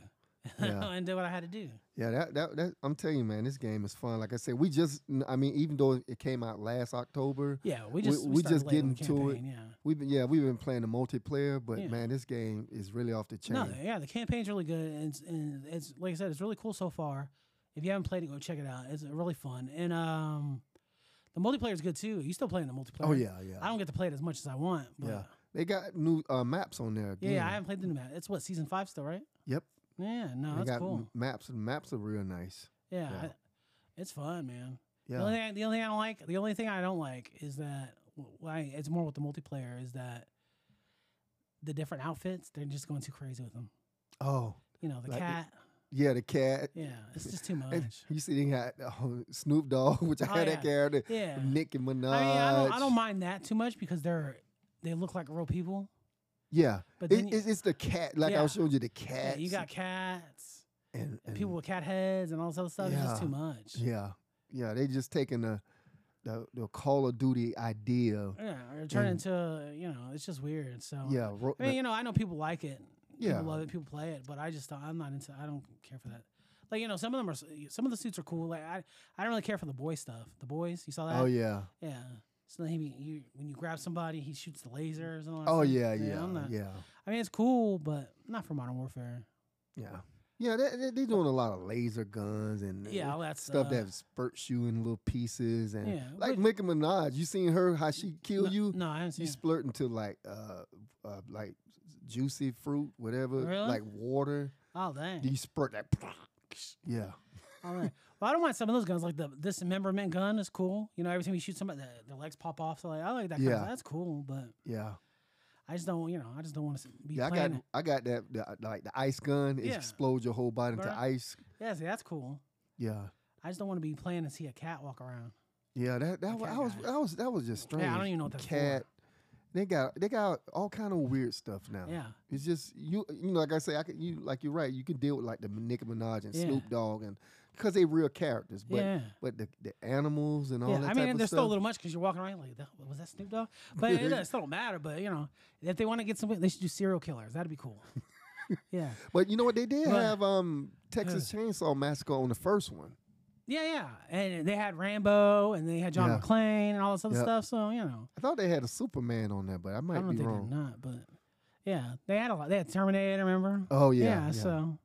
Speaker 2: Yeah.
Speaker 3: <laughs> and did what I had to do.
Speaker 2: Yeah, that, that that I'm telling you, man, this game is fun. Like I said, we just I mean, even though it came out last October,
Speaker 3: Yeah, we
Speaker 2: We-
Speaker 3: just
Speaker 2: we
Speaker 3: started
Speaker 2: just
Speaker 3: late on the
Speaker 2: getting to it.
Speaker 3: campaign, Yeah.
Speaker 2: we've been yeah, we've been playing the multiplayer, but
Speaker 3: Yeah.
Speaker 2: man, this game is really off the chain.
Speaker 3: No, yeah, the campaign's really good, and it's, and it's like I said, it's really cool so far. If you haven't played it, go check it out. It's really fun, and um, the multiplayer is good too. You still playing the multiplayer?
Speaker 2: oh yeah, yeah.
Speaker 3: I don't get to play it as much as I want. But
Speaker 2: Yeah. they got new uh, maps on there
Speaker 3: yeah,
Speaker 2: again.
Speaker 3: I haven't played the new map. It's what season five still, right?
Speaker 2: Yep.
Speaker 3: Yeah, no,
Speaker 2: they
Speaker 3: that's
Speaker 2: got
Speaker 3: cool.
Speaker 2: m- maps and maps are real nice.
Speaker 3: yeah,
Speaker 2: yeah.
Speaker 3: I- it's fun, man. The only
Speaker 2: Yeah.
Speaker 3: thing, the only thing I don't like, the only thing I don't like is that w- why it's more with the multiplayer is that the different outfits they're just going too crazy with them.
Speaker 2: Oh.
Speaker 3: You know, the
Speaker 2: Like it-
Speaker 3: cat.
Speaker 2: Yeah, the cat.
Speaker 3: Yeah, it's just too
Speaker 2: <laughs>
Speaker 3: much.
Speaker 2: And you see they got oh, Snoop Dogg, <laughs> which I
Speaker 3: Oh,
Speaker 2: had
Speaker 3: yeah.
Speaker 2: that character.
Speaker 3: Yeah.
Speaker 2: Nick and Minaj.
Speaker 3: I mean, I don't, I don't mind that too much because they're they look like real people.
Speaker 2: Yeah.
Speaker 3: But
Speaker 2: It-
Speaker 3: then you-
Speaker 2: it's, it's the cat. Like I
Speaker 3: Yeah.
Speaker 2: was showing you the
Speaker 3: Yeah,
Speaker 2: cats.
Speaker 3: you got cats
Speaker 2: and,
Speaker 3: and people with cat heads and all this other stuff. It's just too
Speaker 2: Yeah.
Speaker 3: much.
Speaker 2: Yeah, yeah. They just taking the the, the Call of Duty idea.
Speaker 3: Yeah, or turn
Speaker 2: And-
Speaker 3: into you know, it's just weird. So
Speaker 2: Yeah, ro-
Speaker 3: I mean, you know, I know people like it.
Speaker 2: Yeah.
Speaker 3: people love it. People play it, but I just don't- I'm not into. I don't care for that. Like you know, some of them are s- some of the suits are cool. Like I, I don't really care for the boy stuff. The boys, you saw that?
Speaker 2: oh yeah,
Speaker 3: yeah. So then he, you, when you grab somebody, he shoots the lasers and all. That
Speaker 2: oh
Speaker 3: stuff.
Speaker 2: yeah, yeah,
Speaker 3: I'm
Speaker 2: yeah,
Speaker 3: not-
Speaker 2: yeah,
Speaker 3: I mean, it's cool, but not for Modern Warfare.
Speaker 2: yeah. they, they, they doing a lot of laser guns and
Speaker 3: Yeah,
Speaker 2: uh,
Speaker 3: all that
Speaker 2: stuff
Speaker 3: stuff.
Speaker 2: that spurts you in little pieces and
Speaker 3: Yeah,
Speaker 2: like
Speaker 3: but-
Speaker 2: Nicki Minaj. You seen her how she kill
Speaker 3: no,
Speaker 2: you?
Speaker 3: No, I haven't
Speaker 2: She
Speaker 3: seen. it.
Speaker 2: splurt into like uh, uh like juicy fruit, whatever,
Speaker 3: Really?
Speaker 2: like water.
Speaker 3: Oh dang.
Speaker 2: You spurt that. <laughs> Yeah, <laughs>
Speaker 3: All right. Well, I don't mind some of those guns. Like the dismemberment gun is cool. You know, every time you shoot somebody, the, their legs pop off. So like, I like that. Kind of
Speaker 2: Yeah.
Speaker 3: stuff. That's cool. But
Speaker 2: yeah.
Speaker 3: I just don't. You know, I just don't want to be
Speaker 2: Yeah, I
Speaker 3: playing.
Speaker 2: got
Speaker 3: it.
Speaker 2: I got that the, like the ice gun. It
Speaker 3: Yeah.
Speaker 2: explodes your whole body into
Speaker 3: Bruh.
Speaker 2: ice.
Speaker 3: Yeah, see, that's cool.
Speaker 2: Yeah,
Speaker 3: I just don't want to be playing and see a cat walk around.
Speaker 2: yeah. That that
Speaker 3: Okay,
Speaker 2: wa- I was
Speaker 3: guys.
Speaker 2: that was that was just strange.
Speaker 3: Yeah, I don't even know what that's for.
Speaker 2: Cat. They got they got all kind of weird stuff now.
Speaker 3: Yeah,
Speaker 2: It's just you you know like I say I could you like you're right you can deal with like the Nicki Minaj and
Speaker 3: Yeah.
Speaker 2: Snoop Dogg and because they real characters but
Speaker 3: yeah.
Speaker 2: but the, the animals and all
Speaker 3: yeah,
Speaker 2: that
Speaker 3: I
Speaker 2: type
Speaker 3: mean,
Speaker 2: of
Speaker 3: they're
Speaker 2: stuff.
Speaker 3: still a little much because you're walking around like, that, was that Snoop Dogg? <laughs> But
Speaker 2: <laughs>
Speaker 3: it, it still don't matter. But you know, if they want to get something, they should do serial killers. That'd
Speaker 2: <laughs>
Speaker 3: be cool. yeah,
Speaker 2: but you know what they did
Speaker 3: Right.
Speaker 2: have um Texas Chainsaw Massacre on the first one.
Speaker 3: yeah, yeah. And they had Rambo, and they had John
Speaker 2: Yeah.
Speaker 3: McClane, and all this other
Speaker 2: Yep.
Speaker 3: stuff. So you know,
Speaker 2: I thought they had a Superman on there, but I
Speaker 3: I
Speaker 2: might
Speaker 3: don't know if
Speaker 2: be
Speaker 3: they
Speaker 2: wrong.
Speaker 3: did not, but yeah, they had a lot. They had Terminator, remember?
Speaker 2: Oh yeah, yeah.
Speaker 3: So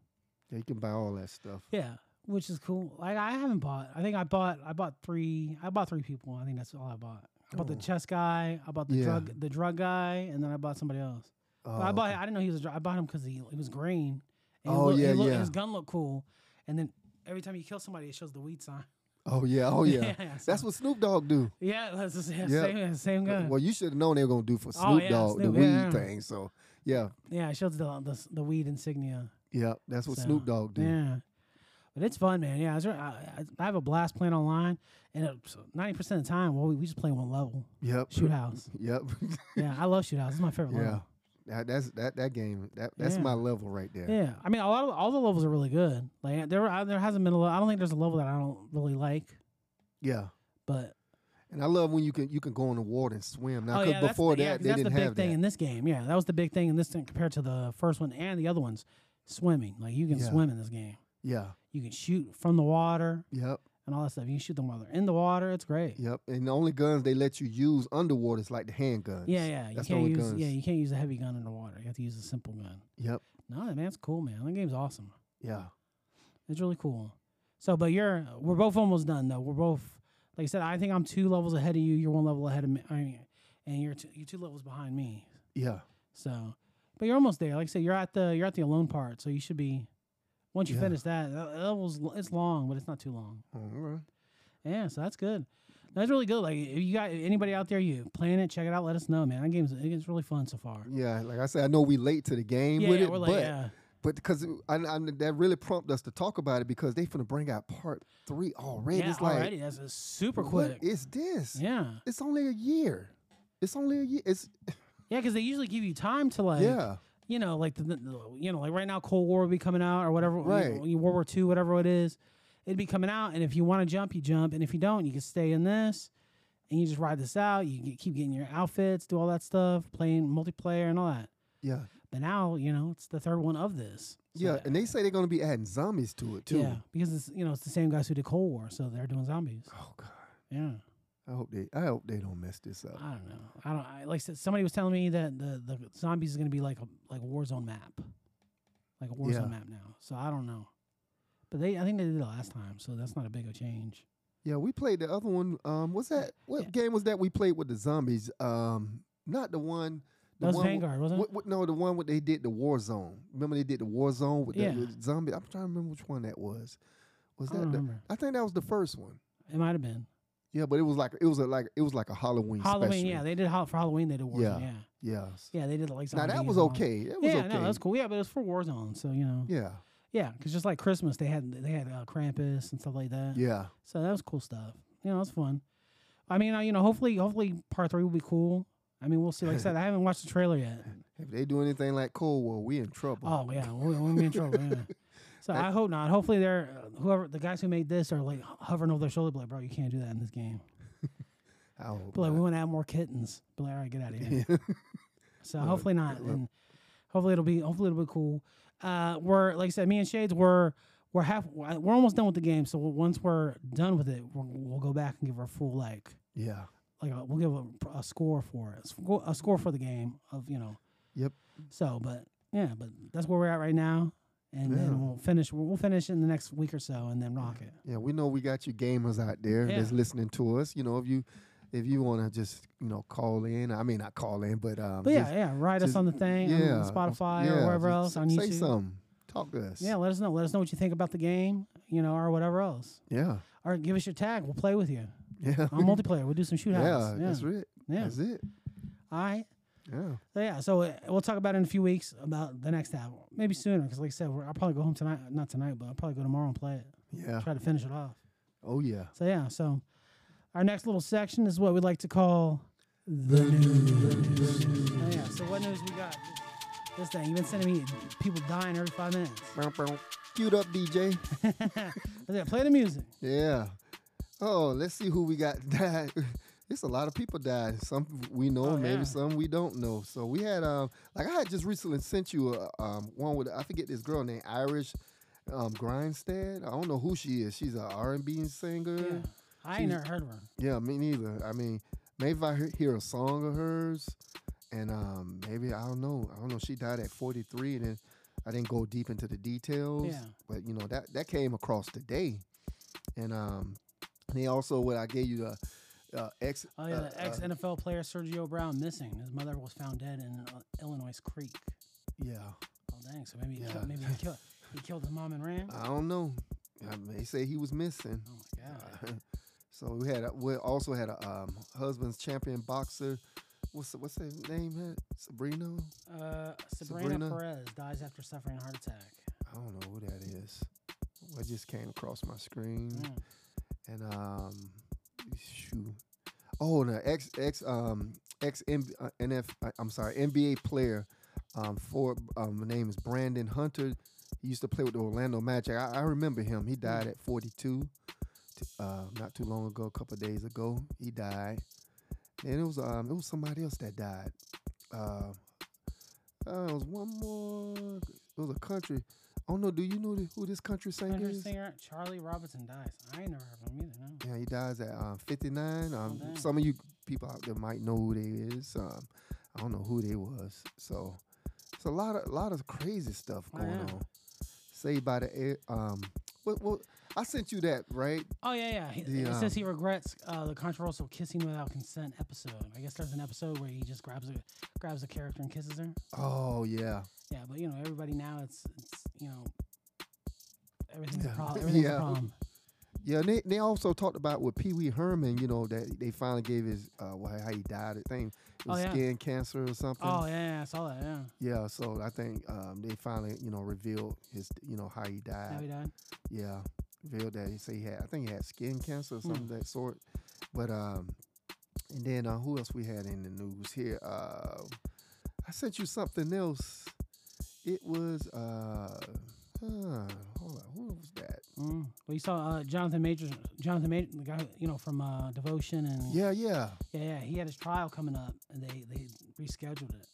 Speaker 2: Yeah, you can buy all that stuff.
Speaker 3: yeah, which is cool. Like I haven't bought. I think I bought. I bought three. I bought three people. I think that's all I bought. I bought the
Speaker 2: Oh.
Speaker 3: chess guy. I bought the
Speaker 2: Yeah.
Speaker 3: drug the drug guy, and then I bought somebody else. But I
Speaker 2: Oh,
Speaker 3: bought.
Speaker 2: okay.
Speaker 3: I didn't know he was. A, dr- I bought him because he he was green. And he
Speaker 2: Oh,
Speaker 3: looked- he
Speaker 2: yeah,
Speaker 3: looked-
Speaker 2: yeah.
Speaker 3: His gun looked cool, and then every time you kill somebody, it shows the weed sign.
Speaker 2: Oh yeah,
Speaker 3: <laughs>
Speaker 2: oh yeah. That's
Speaker 3: so-
Speaker 2: what Snoop Dogg do.
Speaker 3: Yeah, that's the same,
Speaker 2: Yeah.
Speaker 3: same, same gun.
Speaker 2: Well, you should have known they were gonna do for Snoop
Speaker 3: Oh, yeah,
Speaker 2: Dogg
Speaker 3: Snoop,
Speaker 2: the weed
Speaker 3: yeah.
Speaker 2: thing. So yeah,
Speaker 3: yeah, it shows the, the the weed insignia.
Speaker 2: yeah, that's what
Speaker 3: So,
Speaker 2: Snoop Dogg do.
Speaker 3: Yeah, but it's fun, man. Yeah, it's, re- I, I- I have a blast playing online, and uh, ninety percent of the time, well, we, we just play one level,
Speaker 2: Yep.
Speaker 3: shoot
Speaker 2: <laughs>
Speaker 3: house.
Speaker 2: Yep.
Speaker 3: yeah, I love shoot house. It's my favorite
Speaker 2: yeah.
Speaker 3: level.
Speaker 2: That, that's that that game. That that's
Speaker 3: Yeah.
Speaker 2: my level right there.
Speaker 3: Yeah, I mean, a lot of all the levels are really good. Like there, I- there hasn't been a. lo- I don't think there's a level that I don't really like,
Speaker 2: Yeah.
Speaker 3: but
Speaker 2: And I love when you can you can go in the water and swim now
Speaker 3: oh,
Speaker 2: because
Speaker 3: yeah, that's the-
Speaker 2: before
Speaker 3: yeah,
Speaker 2: that
Speaker 3: 'cause
Speaker 2: they
Speaker 3: that's
Speaker 2: didn't
Speaker 3: the big
Speaker 2: have
Speaker 3: thing
Speaker 2: that.
Speaker 3: in this game. Yeah, that was the big thing in this thing compared to the first one and the other ones. Swimming, like you can
Speaker 2: Yeah.
Speaker 3: swim in this game.
Speaker 2: yeah.
Speaker 3: You can shoot from the water
Speaker 2: Yep.
Speaker 3: and all that stuff. You can shoot them while they're in the water. It's great.
Speaker 2: Yep. And the only guns they let you use underwater is like the handguns.
Speaker 3: Yeah, yeah. You
Speaker 2: That's the
Speaker 3: can't
Speaker 2: only
Speaker 3: use
Speaker 2: guns.
Speaker 3: yeah, you can't use a heavy gun underwater. You have to use a simple gun.
Speaker 2: Yep.
Speaker 3: No, man, it's cool, man. That game's awesome.
Speaker 2: Yeah.
Speaker 3: It's really cool. So, but you're we're both almost done though. We're both like I said. I think I'm two levels ahead of you. You're one level ahead of me. I mean, and you're two, you're two levels behind me.
Speaker 2: Yeah.
Speaker 3: So, but you're almost there. Like I said, you're at the you're at the alone part. So you should be once you
Speaker 2: Yeah.
Speaker 3: finish that. That that level's l- it's long, but it's not too long.
Speaker 2: All right.
Speaker 3: Yeah, so that's good. That's really good. Like if you got anybody out there, you playing it, check it out. Let us know, man. That game's it's really fun so far.
Speaker 2: Yeah. Like I said, I know we late to the game
Speaker 3: Yeah,
Speaker 2: with
Speaker 3: yeah,
Speaker 2: it,
Speaker 3: we're
Speaker 2: but
Speaker 3: like, yeah.
Speaker 2: But because I, I, that really prompted us to talk about it because they finna bring out part three already.
Speaker 3: yeah,
Speaker 2: it's like,
Speaker 3: already. That's a super
Speaker 2: what
Speaker 3: quick.
Speaker 2: is this?
Speaker 3: yeah,
Speaker 2: It's only a year. It's only a year. It's
Speaker 3: yeah, because they usually give you time to like,
Speaker 2: yeah,
Speaker 3: you know, like the, the- the- you know, like right now, Cold War will be coming out or whatever, you
Speaker 2: Right.
Speaker 3: know, World War Two, whatever it is, it'd be coming out. And if you want to jump, you jump, and if you don't, you can stay in this, and you just ride this out. You get, keep getting your outfits, do all that stuff, playing multiplayer and all that.
Speaker 2: yeah,
Speaker 3: But now, you know, it's the third one of this. So
Speaker 2: yeah. And they say they're gonna be adding zombies to it too.
Speaker 3: Yeah, because it's you know it's the same guys who did Cold War, so they're doing zombies.
Speaker 2: Oh god,
Speaker 3: Yeah,
Speaker 2: I hope they, I hope they don't mess this up.
Speaker 3: I don't know. I don't. I, like I said, somebody was telling me that the the zombies is going to be like a like a Warzone map, like a Warzone
Speaker 2: Yeah.
Speaker 3: map now. So I don't know, but they I think they did it last time, so that's not a big a change.
Speaker 2: Yeah, we played the other one. Um, what's that? What
Speaker 3: Yeah.
Speaker 2: game was that we played with the zombies? Um, not the one. The
Speaker 3: That was
Speaker 2: one wi-
Speaker 3: Vanguard, wasn't it?
Speaker 2: What, what, no, the one where they did the war zone. Remember they did the war zone with
Speaker 3: Yeah.
Speaker 2: the, the zombie. I'm trying to remember which one that was. Was
Speaker 3: I
Speaker 2: that?
Speaker 3: don't
Speaker 2: the,
Speaker 3: remember.
Speaker 2: I think that was the first one.
Speaker 3: It might have been
Speaker 2: Yeah, but it was like it was a, like it was like a Halloween.
Speaker 3: Halloween.
Speaker 2: special.
Speaker 3: Yeah, they did Hall- for Halloween. They did Warzone. Yeah,
Speaker 2: Yeah.
Speaker 3: yeah,
Speaker 2: yeah.
Speaker 3: they did like.
Speaker 2: Now
Speaker 3: zombies
Speaker 2: that was
Speaker 3: and all
Speaker 2: okay. That was
Speaker 3: yeah,
Speaker 2: okay.
Speaker 3: no, that's cool. Yeah, but it's for Warzone, so you know.
Speaker 2: Yeah,
Speaker 3: Yeah, because just like Christmas, they had they had uh, Krampus and stuff like that.
Speaker 2: yeah,
Speaker 3: So that was cool stuff. You know, it was fun. I mean, I, you know, hopefully, hopefully, part three will be cool. I mean, we'll see. Like I said, I haven't watched the trailer yet.
Speaker 2: <laughs> If they do anything like Cold War, we in trouble.
Speaker 3: Oh yeah, we'll, we'll be in trouble.
Speaker 2: <laughs>
Speaker 3: Yeah. So I hope not. Hopefully, they're uh, whoever the guys who made this are like hovering over their shoulder, be like, bro, you can't do that in this game.
Speaker 2: I hope
Speaker 3: But like, we
Speaker 2: not.
Speaker 3: want to add more kittens. Be like, all right, get out
Speaker 2: <laughs>
Speaker 3: of here.
Speaker 2: Yeah.
Speaker 3: So
Speaker 2: Look,
Speaker 3: hopefully not,
Speaker 2: look.
Speaker 3: and hopefully it'll be hopefully it'll be cool. Uh, we're like I said, me and Shades were we're half we're almost done with the game. So once we're done with it, we'll, we'll go back and give our full like
Speaker 2: yeah,
Speaker 3: like a, we'll give a, pr- a score for it, a sco- a score for the game of you know.
Speaker 2: Yep.
Speaker 3: So, but yeah, but that's where we're at right now, and
Speaker 2: Yeah.
Speaker 3: then we'll finish. We'll finish in the next week or so, and then rock it.
Speaker 2: yeah. We know we got you gamers out there that's
Speaker 3: Yeah.
Speaker 2: listening to us. You know, if you if you want to just you know call in, I mean not call in, but um,
Speaker 3: But yeah,
Speaker 2: just-
Speaker 3: yeah, write us
Speaker 2: just-
Speaker 3: on the thing, on
Speaker 2: yeah,
Speaker 3: Spotify
Speaker 2: yeah,
Speaker 3: or wherever
Speaker 2: just
Speaker 3: else
Speaker 2: say-
Speaker 3: on YouTube.
Speaker 2: Say something. Talk to us.
Speaker 3: Yeah, let us know. Let us know what you think about the game, you know, or whatever else.
Speaker 2: yeah, <laughs>
Speaker 3: Or give us your tag. We'll play with you
Speaker 2: yeah.
Speaker 3: on multiplayer. We'll do some shootouts.
Speaker 2: yeah,
Speaker 3: Yeah,
Speaker 2: that's it.
Speaker 3: yeah.
Speaker 2: That's it.
Speaker 3: All right.
Speaker 2: Yeah,
Speaker 3: So yeah, so uh, we'll talk about it in a few weeks about the next album, maybe sooner. Because like I said, we're, I'll probably go home tonight. Not tonight, but I'll probably go tomorrow and play it.
Speaker 2: yeah.
Speaker 3: Try to finish it off.
Speaker 2: Oh yeah.
Speaker 3: So yeah, so our next little section is what we like to call the news. Oh yeah, so what news we got? This thing you've been sending me people dying every five minutes. <laughs>
Speaker 2: Bow, bow. Cute up, DJ.
Speaker 3: Let's play the music.
Speaker 2: <laughs> Yeah. Oh, let's see who we got <laughs> died. It's a lot of people died. Some we know,
Speaker 3: Oh,
Speaker 2: maybe
Speaker 3: yeah.
Speaker 2: some we don't know. So we had um, like I had just recently sent you a um one with I forget this girl named Irish, um Grindstead. I don't know who she is. She's an R and B singer.
Speaker 3: Yeah. I ain't
Speaker 2: She's-
Speaker 3: never heard of her.
Speaker 2: Yeah, me neither. I mean, maybe if I he- hear a song of hers, and um, maybe I don't know. I don't know. She died at 43, and then I didn't go deep into the details.
Speaker 3: Yeah.
Speaker 2: But you know that that came across today, and um, they also what I gave you the uh, ex.
Speaker 3: Oh yeah,
Speaker 2: uh,
Speaker 3: the ex
Speaker 2: uh,
Speaker 3: NFL player Sergio Brown missing. His mother was found dead in uh, Illinois Creek.
Speaker 2: yeah.
Speaker 3: Oh dang! So maybe he
Speaker 2: Yeah.
Speaker 3: killed, maybe he killed he killed his mom and ran.
Speaker 2: I don't know. I mean, they say he was missing.
Speaker 3: oh my god!
Speaker 2: <laughs> so we had a, we also had a um, husband's champion boxer. What's the- what's his name? Sabrina.
Speaker 3: Uh, Sabrina,
Speaker 2: Sabrina-
Speaker 3: Perez dies after suffering a heart attack.
Speaker 2: I don't know who that is. I just came across my screen
Speaker 3: Mm.
Speaker 2: and um, shoot. Oh, and the ex ex um ex M- uh, NF uh, I'm sorry NBA player, um for um his name is Brandon Hunter. He used to play with the Orlando Magic. I, I remember him. He died at 42, t- uh, not too long ago, a couple of days ago. He died, and it was um it was somebody else that died. Uh, uh, it was one more. It was a country. I don't know. Do you know th- who this country singer
Speaker 3: Country
Speaker 2: is?
Speaker 3: singer Charlie Robinson dies. I ain't never heard of him either. No.
Speaker 2: Yeah, he dies at um, 59. Um,
Speaker 3: Oh, dang.
Speaker 2: some of you people out there might know who they is. Um, I don't know who they was. So it's a lot of lot of crazy stuff
Speaker 3: Oh,
Speaker 2: going
Speaker 3: yeah.
Speaker 2: on. Say by the air. Um, what, what, I sent you that right?
Speaker 3: Oh yeah, yeah. He,
Speaker 2: The,
Speaker 3: it
Speaker 2: um,
Speaker 3: says he regrets uh, the controversial kissing without consent episode. I guess there's an episode where he just grabs a grabs a character and kisses her.
Speaker 2: Oh yeah,
Speaker 3: Yeah, but you know everybody now it's, it's you know everything's a
Speaker 2: Yeah. <laughs>
Speaker 3: problem. Everything's
Speaker 2: Yeah.
Speaker 3: a problem.
Speaker 2: Yeah, and they, they also talked about with Pee Wee Herman, you know, that they finally gave his uh why how he died I think It
Speaker 3: Oh,
Speaker 2: was
Speaker 3: yeah.
Speaker 2: skin cancer or something.
Speaker 3: Oh yeah, I saw that. Yeah,
Speaker 2: Yeah, so I think um they finally, you know, revealed his you know, how he
Speaker 3: how he
Speaker 2: died.
Speaker 3: died.
Speaker 2: Yeah. Revealed that he say he had I think he had skin cancer or something
Speaker 3: Hmm.
Speaker 2: of that sort. But um and then uh, who else we had in the news here? Uh I sent you something else. It was uh huh, hold on, who was that?
Speaker 3: Mm. Well, you saw uh, Jonathan Majors, Jonathan Majors, the guy who- you know from uh, Devotion, and
Speaker 2: Yeah, yeah.
Speaker 3: yeah, yeah, he had his trial coming up, and they they rescheduled it.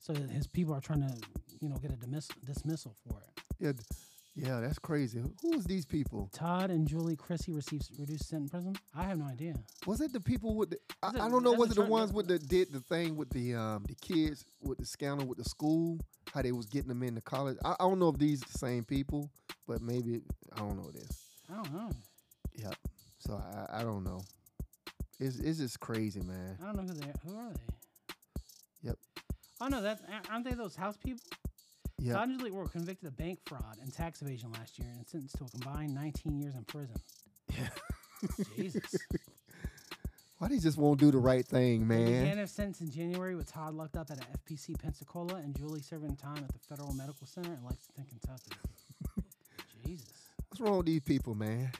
Speaker 3: So his people are trying to you know get a dismiss- dismissal for it.
Speaker 2: Yeah, d- yeah, that's crazy. Who- Who was these people?
Speaker 3: Todd and Julie Chrissy receives reduced sentence in prison. I have no idea.
Speaker 2: Was it the people with the? I,
Speaker 3: That's a-
Speaker 2: I don't know.
Speaker 3: that's
Speaker 2: Was
Speaker 3: a
Speaker 2: it the
Speaker 3: tr-
Speaker 2: ones
Speaker 3: that-
Speaker 2: with the did the thing with the um the kids with the scandal with the school? How they was getting them into college? I, I don't know if these the same people, but maybe I don't know this.
Speaker 3: I don't know.
Speaker 2: Yep. So I I don't know. It's it's just crazy, man.
Speaker 3: I don't know who they who are they.
Speaker 2: Yep.
Speaker 3: Oh no, that a- aren't they those house people?
Speaker 2: Yeah.
Speaker 3: Todd and Julie were convicted of bank fraud and tax evasion last year and sentenced to a combined 19 years in prison. Jesus.
Speaker 2: Why they just won't do the right thing,
Speaker 3: They
Speaker 2: man?
Speaker 3: began their sentence in January with Todd locked up at an FPC Pensacola and Julie serving time at the Federal Medical Center in Lexington,
Speaker 2: <laughs>
Speaker 3: Kentucky. Jesus.
Speaker 2: What's wrong with these people, man?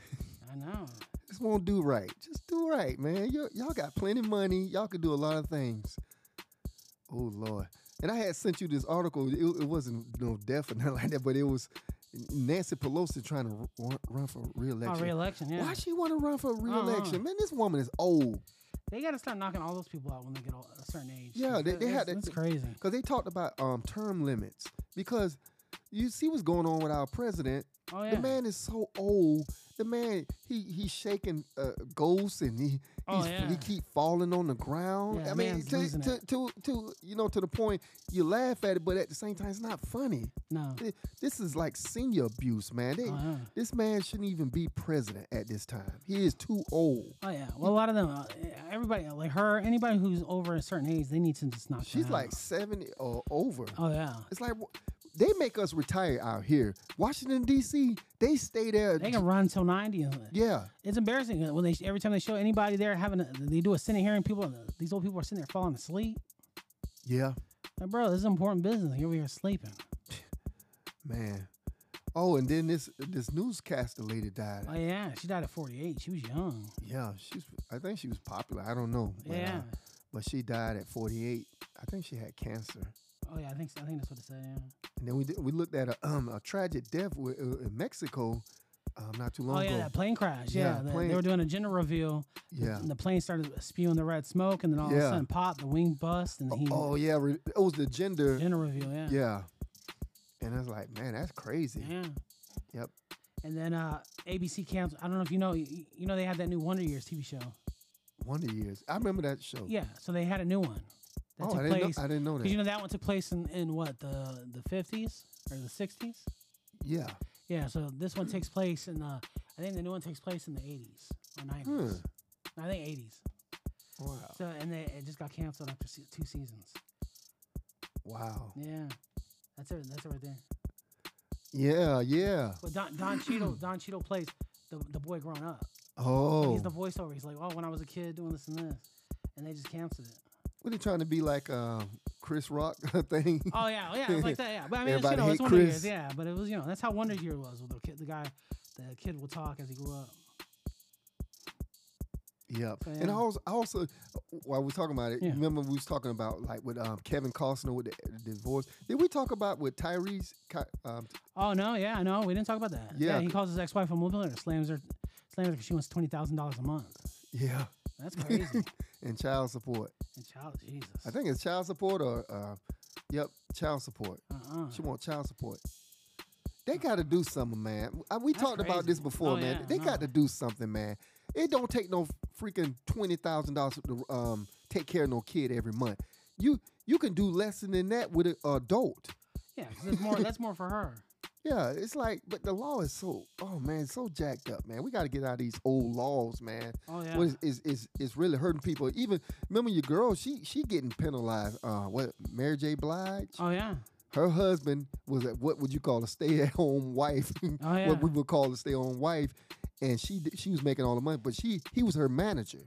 Speaker 3: I know.
Speaker 2: Just won't do right. Just do right, man. you y'all got plenty of money. Y'all could do a lot of things. Oh Lord. And I had sent you this article. It, it wasn't no death or <laughs> nothing like that, but it was Nancy Pelosi trying to run, run for
Speaker 3: Oh,
Speaker 2: reelection.
Speaker 3: re-election, yeah.
Speaker 2: Why she want to run for reelection?
Speaker 3: Uh-uh.
Speaker 2: Man, this woman is old.
Speaker 3: They got to start knocking all those people out when they get all, a certain age.
Speaker 2: Yeah, they- they had
Speaker 3: That's
Speaker 2: that-
Speaker 3: that's crazy.
Speaker 2: Because they talked about um, term limits. Because you see what's going on with our president.
Speaker 3: Oh yeah.
Speaker 2: The man is so old. The man, he he's shaking uh, ghosts and he he's,
Speaker 3: Oh,
Speaker 2: he
Speaker 3: yeah.
Speaker 2: keep falling on the ground.
Speaker 3: Yeah,
Speaker 2: I
Speaker 3: the
Speaker 2: mean,
Speaker 3: man's
Speaker 2: to,
Speaker 3: losing
Speaker 2: to,
Speaker 3: it.
Speaker 2: to to you know to the point you laugh at it, but at the same time it's not funny.
Speaker 3: no.
Speaker 2: Th- This is like senior abuse, man. They,
Speaker 3: Oh, yeah.
Speaker 2: This man shouldn't even be president at this time. He is too old.
Speaker 3: Oh yeah. Well, a lot of them. Uh, everybody like her. Anybody who's over a certain age, they need to just knock.
Speaker 2: She's
Speaker 3: down.
Speaker 2: like seventy or over.
Speaker 3: Oh yeah.
Speaker 2: It's like wh- they make us retire out here. Washington D.C. They stay there.
Speaker 3: They can run till ninety. and
Speaker 2: yeah,
Speaker 3: It's embarrassing when they every time they show anybody there having a, they do a Senate hearing. People, these old people are sitting there falling asleep.
Speaker 2: yeah.
Speaker 3: Like, bro, this is important business. Here we are sleeping.
Speaker 2: Man. Oh, and then this this newscaster lady died.
Speaker 3: Oh yeah, she died at forty eight. She was young.
Speaker 2: yeah, she's. I think she was popular. I don't know. But, uh,
Speaker 3: Yeah.
Speaker 2: but she died at 48. I think she had cancer.
Speaker 3: Oh yeah, I think so- I think that's what it said. Yeah.
Speaker 2: And then we did, we looked at a um a tragic death wi- uh, in Mexico, um not too long
Speaker 3: Oh
Speaker 2: ago.
Speaker 3: yeah, that plane crash.
Speaker 2: Yeah,
Speaker 3: Yeah, the-
Speaker 2: plane-
Speaker 3: they were doing a gender reveal.
Speaker 2: yeah.
Speaker 3: And the plane started spewing the red smoke, and then all of
Speaker 2: Yeah.
Speaker 3: a sudden, pop, the wing bust, and he
Speaker 2: Oh yeah. Re- it was the gender.
Speaker 3: gender reveal. Yeah.
Speaker 2: Yeah. And I was like, man, that's crazy.
Speaker 3: Yeah.
Speaker 2: Yep.
Speaker 3: And then uh, ABC canceled. I don't know if you know. You, you know they had that new Wonder Years TV show.
Speaker 2: Wonder Years. I remember that show.
Speaker 3: Yeah, so they had a new one that
Speaker 2: oh,
Speaker 3: took
Speaker 2: I didn't
Speaker 3: place.
Speaker 2: know. I didn't know that.
Speaker 3: Because you know that one took place in, in what the the fifties or the sixties.
Speaker 2: yeah.
Speaker 3: Yeah, so this one takes place in the. I think the new one takes place in the eighties or
Speaker 2: Hmm.
Speaker 3: nineties. I think eighties.
Speaker 2: Wow.
Speaker 3: So and they, it just got canceled after se- two seasons.
Speaker 2: Wow.
Speaker 3: Yeah, that's it. That's it right there.
Speaker 2: Yeah. Yeah.
Speaker 3: But
Speaker 2: <clears throat>
Speaker 3: Don Don Cheadle Don Cheadle plays the the boy grown up.
Speaker 2: Oh.
Speaker 3: He's the voiceover. He's like, oh, when I was a kid doing this and this, and they just canceled it.
Speaker 2: What are you trying to be like, um, Chris Rock <laughs> thing?
Speaker 3: Oh yeah, oh, yeah, it's
Speaker 2: <laughs>
Speaker 3: like that. Yeah, but I mean, it's,
Speaker 2: Everybody
Speaker 3: you know, it's
Speaker 2: hate
Speaker 3: Wonder
Speaker 2: Chris.
Speaker 3: Years. Yeah, but it was you know that's how Wonder Year was. With the kid, the guy, the kid will talk as he grew up.
Speaker 2: Yep.
Speaker 3: So,
Speaker 2: And I
Speaker 3: yeah.
Speaker 2: also, I also, while we're talking about it,
Speaker 3: Yeah.
Speaker 2: remember we was talking about like with um, Kevin Costner with the, the divorce. Did we talk about with Tyrese? Ki- Um,
Speaker 3: Oh no, yeah, no, we didn't talk about that.
Speaker 2: Yeah.
Speaker 3: he calls his ex-wife a millionaire, slams her, slams her because she wants twenty thousand dollars a month.
Speaker 2: yeah. <laughs>
Speaker 3: That's crazy.
Speaker 2: And child support.
Speaker 3: and child, Jesus.
Speaker 2: I think it's child support or, uh, yep, child support.
Speaker 3: Uh-uh.
Speaker 2: She want child support. They got to do something, man. Uh, We
Speaker 3: That's
Speaker 2: talked about
Speaker 3: crazy.
Speaker 2: this before,
Speaker 3: Oh,
Speaker 2: man.
Speaker 3: yeah,
Speaker 2: they got
Speaker 3: no.
Speaker 2: to do something, man. It don't take no freaking twenty thousand dollars to um, take care of no kid every month. You you can do less than that with an adult.
Speaker 3: Yeah, 'cause that's more. that's more for her.
Speaker 2: Yeah, it's like, but the law is so, oh man, it's so jacked up, man. We got to get out of these old laws, man.
Speaker 3: Oh yeah.
Speaker 2: What is, is is is really hurting people? Even remember your girl, she she getting penalized. Uh, what Mary J. Blige?
Speaker 3: oh yeah.
Speaker 2: her husband was a, what would you call a stay at home <laughs> wife?
Speaker 3: yeah.
Speaker 2: what we would call a stay at home wife, and she d- she was making all the money, but she he was her manager,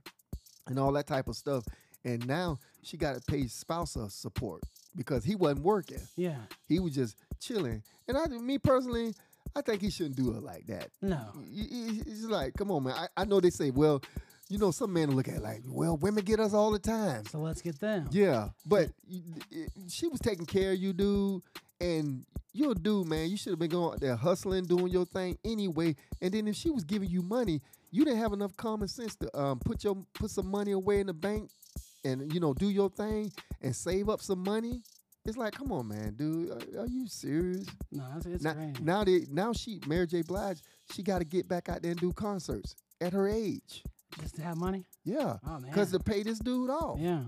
Speaker 2: and all that type of stuff. And now she got to pay spousal support because he wasn't working.
Speaker 3: Yeah.
Speaker 2: He was just chilling. And I, me personally, I think he shouldn't do it like that.
Speaker 3: No.
Speaker 2: Y- y- It's like, come on, man. I, I know they say, well, you know, some men look at it like, well, women get us all the time.
Speaker 3: So let's get them.
Speaker 2: Yeah, but you, it, she was taking care of you, dude. And you're a dude, man. You should have been going out there hustling, doing your thing anyway. And then if she was giving you money, you didn't have enough common sense to um, put your put some money away in the bank, and you know do your thing and save up some money. It's like, come on, man, dude. Are, are you serious?
Speaker 3: No, it's, it's
Speaker 2: now,
Speaker 3: crazy.
Speaker 2: now they now she Mary J. Blige, she got to get back out there and do concerts at her age.
Speaker 3: Just to have money.
Speaker 2: Yeah,
Speaker 3: Oh man.
Speaker 2: because to pay this dude off.
Speaker 3: yeah.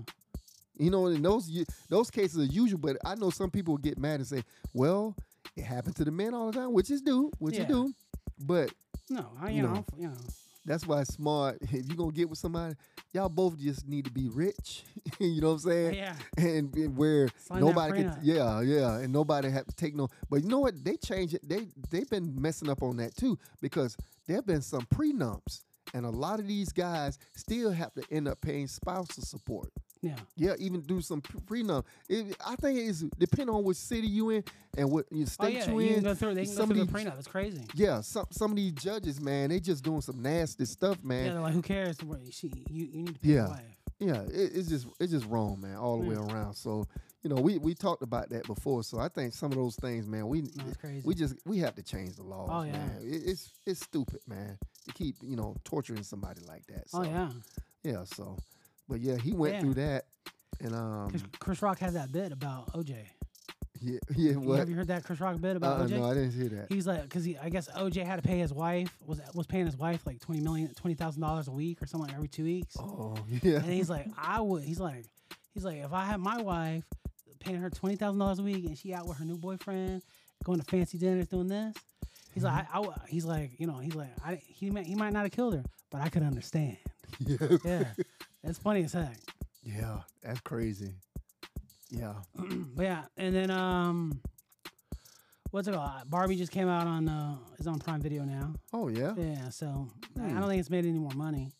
Speaker 2: You know, and those u- those cases are usual, but I know some people get mad and say, "Well, it happens to the men all the time," which is do, which
Speaker 3: Yeah.
Speaker 2: is do. But
Speaker 3: No, I,
Speaker 2: you
Speaker 3: you know,
Speaker 2: know.
Speaker 3: I'm f- you know,
Speaker 2: that's why it's smart. <laughs> If you're gonna get with somebody, y'all both just need to be rich. <laughs> you know what I'm saying?
Speaker 3: yeah.
Speaker 2: And, and where
Speaker 3: Sign that
Speaker 2: nobody can,
Speaker 3: prenup.
Speaker 2: yeah, yeah, and nobody have to take no. But you know what? They change it. They they've been messing up on that too because there have been some prenups, and a lot of these guys still have to end up paying spousal support.
Speaker 3: Yeah.
Speaker 2: Yeah, even do some p- prenup. It, I think it's depend on what city you in and what your
Speaker 3: Oh
Speaker 2: state
Speaker 3: yeah.
Speaker 2: you
Speaker 3: You can
Speaker 2: in.
Speaker 3: go through. They can go
Speaker 2: some of
Speaker 3: through the
Speaker 2: these-
Speaker 3: prenup. It's crazy.
Speaker 2: yeah, some some of these judges, man, they just doing some nasty stuff,
Speaker 3: Yeah.
Speaker 2: man.
Speaker 3: They're like, who cares? Where She, you, you need to pay
Speaker 2: Yeah.
Speaker 3: yeah. wife. Oh,
Speaker 2: Yeah, it, it's just it's just wrong, man, all the way
Speaker 3: Yeah.
Speaker 2: around. So you know, we we talked about that before. So I think some of those things, man, we
Speaker 3: No, it's crazy.
Speaker 2: we just we have to change the laws,
Speaker 3: Oh, yeah.
Speaker 2: man. It, it's it's stupid, man, to keep you know torturing somebody like that. So,
Speaker 3: oh yeah.
Speaker 2: yeah. So, but yeah, he went
Speaker 3: Yeah.
Speaker 2: through that, and um,
Speaker 3: 'Cause Chris Rock has that bit about OJ.
Speaker 2: <laughs> yeah, yeah,
Speaker 3: You-
Speaker 2: what?
Speaker 3: Have you heard that Chris Rock bit about
Speaker 2: uh,
Speaker 3: OJ?
Speaker 2: no, I didn't hear that.
Speaker 3: He's like, because he, I guess OJ had to pay his wife was was paying his wife like twenty million, twenty thousand dollars a week or something like every two weeks.
Speaker 2: Oh, <laughs> yeah.
Speaker 3: And he's like, I would. He's like, he's like, if I had my wife paying her twenty thousand dollars a week and she out with her new boyfriend, going to fancy dinners, doing this. He's like,
Speaker 2: Mm-hmm.
Speaker 3: I, I w- he's like, you know, he's like, I, he might, he might not have killed her, but I could
Speaker 2: <laughs>
Speaker 3: understand. <laughs>
Speaker 2: yeah.
Speaker 3: Yeah, it's funny as heck.
Speaker 2: Yeah, that's crazy. Yeah.
Speaker 3: <clears throat> but yeah, and then um, what's it called? Uh, Barbie just came out on uh, is on Prime Video now.
Speaker 2: Oh yeah.
Speaker 3: Yeah, so I- I
Speaker 2: Hmm.
Speaker 3: don't think it's made any more money.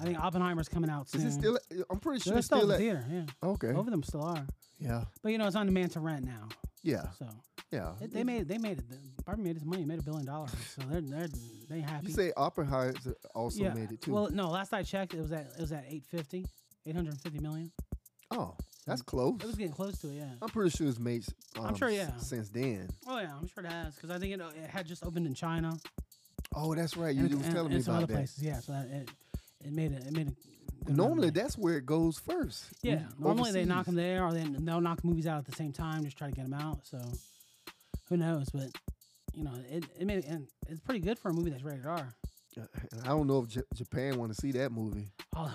Speaker 3: I think Oppenheimer's coming out soon.
Speaker 2: Is it still? eh, I'm pretty
Speaker 3: So
Speaker 2: sure
Speaker 3: it's
Speaker 2: it's
Speaker 3: still in
Speaker 2: still.
Speaker 3: the
Speaker 2: At,
Speaker 3: theater? Yeah,
Speaker 2: okay.
Speaker 3: both of them still are.
Speaker 2: Yeah.
Speaker 3: But you know, it's on demand to rent now.
Speaker 2: Yeah.
Speaker 3: So
Speaker 2: Yeah.
Speaker 3: they, they made they made it. Barbie made his money, made a billion dollars. So they're they're they happy.
Speaker 2: You say Oppenheimer also made it too.
Speaker 3: Well, no, last I checked, it was at it was at 850, 850 million.
Speaker 2: oh, that's
Speaker 3: so
Speaker 2: close.
Speaker 3: It mm, was getting close to it. Yeah.
Speaker 2: I'm pretty sure it's made. s- Um,
Speaker 3: I'm sure,
Speaker 2: s-
Speaker 3: yeah.
Speaker 2: Since then.
Speaker 3: Oh yeah, I'm sure it has because I think it, uh, it had just opened in China.
Speaker 2: Oh, that's right. You
Speaker 3: and,
Speaker 2: was
Speaker 3: and-
Speaker 2: telling
Speaker 3: and
Speaker 2: me
Speaker 3: some
Speaker 2: about
Speaker 3: other
Speaker 2: that.
Speaker 3: places. Yeah, so that, it it made it it made a good amount of
Speaker 2: Normally,
Speaker 3: money.
Speaker 2: that's where it goes first.
Speaker 3: Yeah, normally they knock them
Speaker 2: overseas.
Speaker 3: there, or then they'll knock movies out at the same time, just try to get them out. So who knows? But you know, it it made, and it's pretty good for a movie that's rated R.
Speaker 2: Uh, <laughs> and I don't know if J- Japan want to see that
Speaker 3: <laughs>
Speaker 2: movie. <laughs>
Speaker 3: Oh,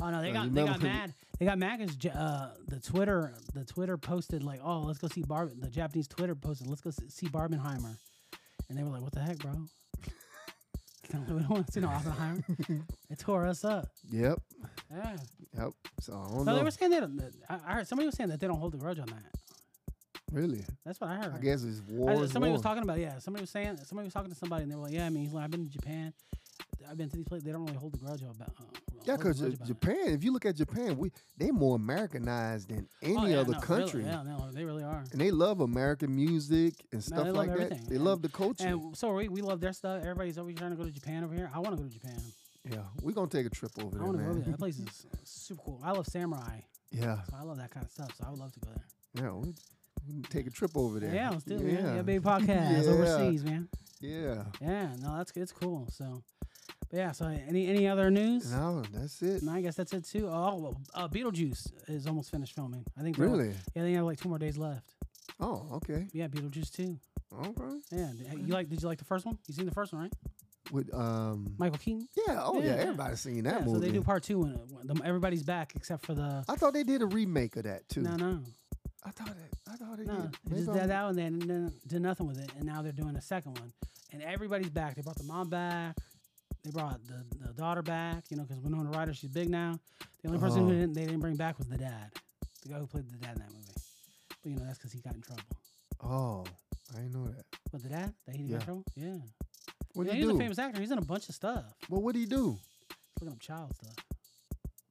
Speaker 3: oh no, they
Speaker 2: Uh, you
Speaker 3: got they
Speaker 2: remember
Speaker 3: got
Speaker 2: when-
Speaker 3: mad. They got mad because uh, the Twitter the Twitter posted like, oh, let's go see Barb. The Japanese Twitter posted, let's go s- see Barbenheimer, and they were like, what the heck, bro? <laughs> we don't want to see
Speaker 2: <laughs>
Speaker 3: no Oppenheimer. it tore us up.
Speaker 2: yep.
Speaker 3: Yeah.
Speaker 2: Yep. So I don't
Speaker 3: no,
Speaker 2: know.
Speaker 3: they were saying that. that- I I heard somebody was saying that they don't hold a grudge on that.
Speaker 2: really.
Speaker 3: That's what I heard.
Speaker 2: I guess it's
Speaker 3: I-
Speaker 2: war. is
Speaker 3: somebody
Speaker 2: war.
Speaker 3: was talking about it, yeah. Somebody was saying somebody was talking to somebody and they were like, yeah. I mean, he's like, I've been to Japan. I've been to these places. They don't really hold the grudge about.
Speaker 2: Yeah,
Speaker 3: Uh, hold a
Speaker 2: because
Speaker 3: grudge about it."
Speaker 2: Japan. If you look at Japan, we they more Americanized than any
Speaker 3: Oh, yeah,
Speaker 2: other
Speaker 3: no, really,
Speaker 2: country,
Speaker 3: yeah, no, they really are.
Speaker 2: and they love American music and stuff
Speaker 3: they love
Speaker 2: like
Speaker 3: everything,
Speaker 2: that. They
Speaker 3: and-
Speaker 2: love the culture.
Speaker 3: And so are we we love their stuff. Everybody's always trying to go to Japan over here. I want to go to Japan.
Speaker 2: yeah, we're gonna take a trip over
Speaker 3: I
Speaker 2: there,
Speaker 3: want to go over
Speaker 2: man. <laughs>
Speaker 3: there. That place is super cool. I love samurai,
Speaker 2: yeah,
Speaker 3: so I love that kind of stuff. So I would love to go there.
Speaker 2: yeah, we we can take a trip over there.
Speaker 3: Yeah, let's do it. man.
Speaker 2: Yeah, <laughs>
Speaker 3: Yeah, baby podcast
Speaker 2: Yeah.
Speaker 3: overseas, man.
Speaker 2: yeah.
Speaker 3: Yeah, no, that's it's cool. So, but yeah. So any any other news?
Speaker 2: No, that's it.
Speaker 3: And I guess that's it too. Oh, well, uh, Beetlejuice is almost finished filming. I think they're-
Speaker 2: Really?
Speaker 3: Yeah, they have like two more days left.
Speaker 2: Oh, okay,
Speaker 3: Yeah, Beetlejuice two.
Speaker 2: okay.
Speaker 3: Yeah, d- you like? Did you like the first one? You seen the first one, right?
Speaker 2: Mm. With um,
Speaker 3: Michael Keaton.
Speaker 2: yeah, oh yeah,
Speaker 3: Yeah, yeah.
Speaker 2: everybody's seen that
Speaker 3: yeah,
Speaker 2: movie.
Speaker 3: so they do part two when, when the, everybody's back except for the.
Speaker 2: I thought they did a remake of that too.
Speaker 3: No, no,
Speaker 2: I thought it. I thought they
Speaker 3: no.
Speaker 2: did.
Speaker 3: They
Speaker 2: Maybe
Speaker 3: just
Speaker 2: I'm-
Speaker 3: did that one, and then did nothing with it, and now they're doing a second one, and everybody's back. They brought the mom back. They brought the, the daughter back, you know, because Winona Ryder, she's big now. The only person who
Speaker 2: Uh-huh.
Speaker 3: didn't, they didn't bring back was the dad, the guy who played the dad in that movie. But you know, that's because he got in trouble.
Speaker 2: Oh, I didn't know that.
Speaker 3: With the dad, that he got
Speaker 2: Yeah.
Speaker 3: in trouble. Yeah.
Speaker 2: What
Speaker 3: yeah,
Speaker 2: do
Speaker 3: he's
Speaker 2: you
Speaker 3: a
Speaker 2: do?
Speaker 3: famous actor. He's in a bunch of stuff.
Speaker 2: Well, what do you do?
Speaker 3: Looking up child stuff.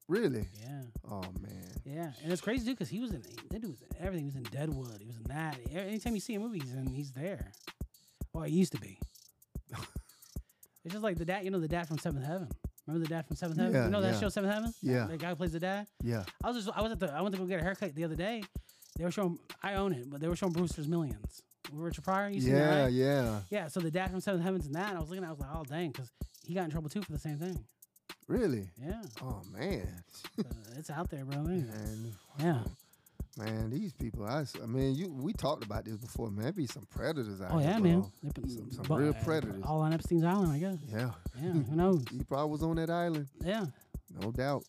Speaker 2: Really?
Speaker 3: Yeah.
Speaker 2: Oh man.
Speaker 3: Yeah, and it's crazy too because he was in that dude was in everything. He was in Deadwood. He was in that. E- Anytime you see a movie, he's in, he's there. Well, he used
Speaker 2: <laughs>
Speaker 3: to be. it's just like the dad, you know, the dad from Seventh Heaven. Remember the dad from Seventh Heaven?
Speaker 2: Yeah,
Speaker 3: you know that
Speaker 2: yeah.
Speaker 3: show Seventh Heaven?
Speaker 2: Yeah.
Speaker 3: The guy who plays the dad.
Speaker 2: Yeah.
Speaker 3: I was just I was at the I went to go get a haircut the other day. They were showing I own it, but they were showing Brewster's Millions. Richard Pryor, you seen that?
Speaker 2: Yeah.
Speaker 3: right?
Speaker 2: Yeah.
Speaker 3: Yeah, so the dad from Seventh Heaven's in that. And I was looking, at it, I was like, oh dang, because he got in trouble too for the same thing.
Speaker 2: Really?
Speaker 3: Yeah,
Speaker 2: Oh man.
Speaker 3: so <laughs> it's out there, bro. Yeah.
Speaker 2: man.
Speaker 3: Yeah.
Speaker 2: Man, these people. I, s- I mean, you. We talked about this before. Man, be some predators out
Speaker 3: Oh
Speaker 2: here.
Speaker 3: yeah, man.
Speaker 2: bro.
Speaker 3: They put-
Speaker 2: Some- some
Speaker 3: bu-
Speaker 2: real
Speaker 3: uh,
Speaker 2: predators.
Speaker 3: All on Epstein's Island, I guess.
Speaker 2: Yeah.
Speaker 3: Yeah, who knows?
Speaker 2: He probably was on that island, <laughs>
Speaker 3: Yeah,
Speaker 2: no doubt.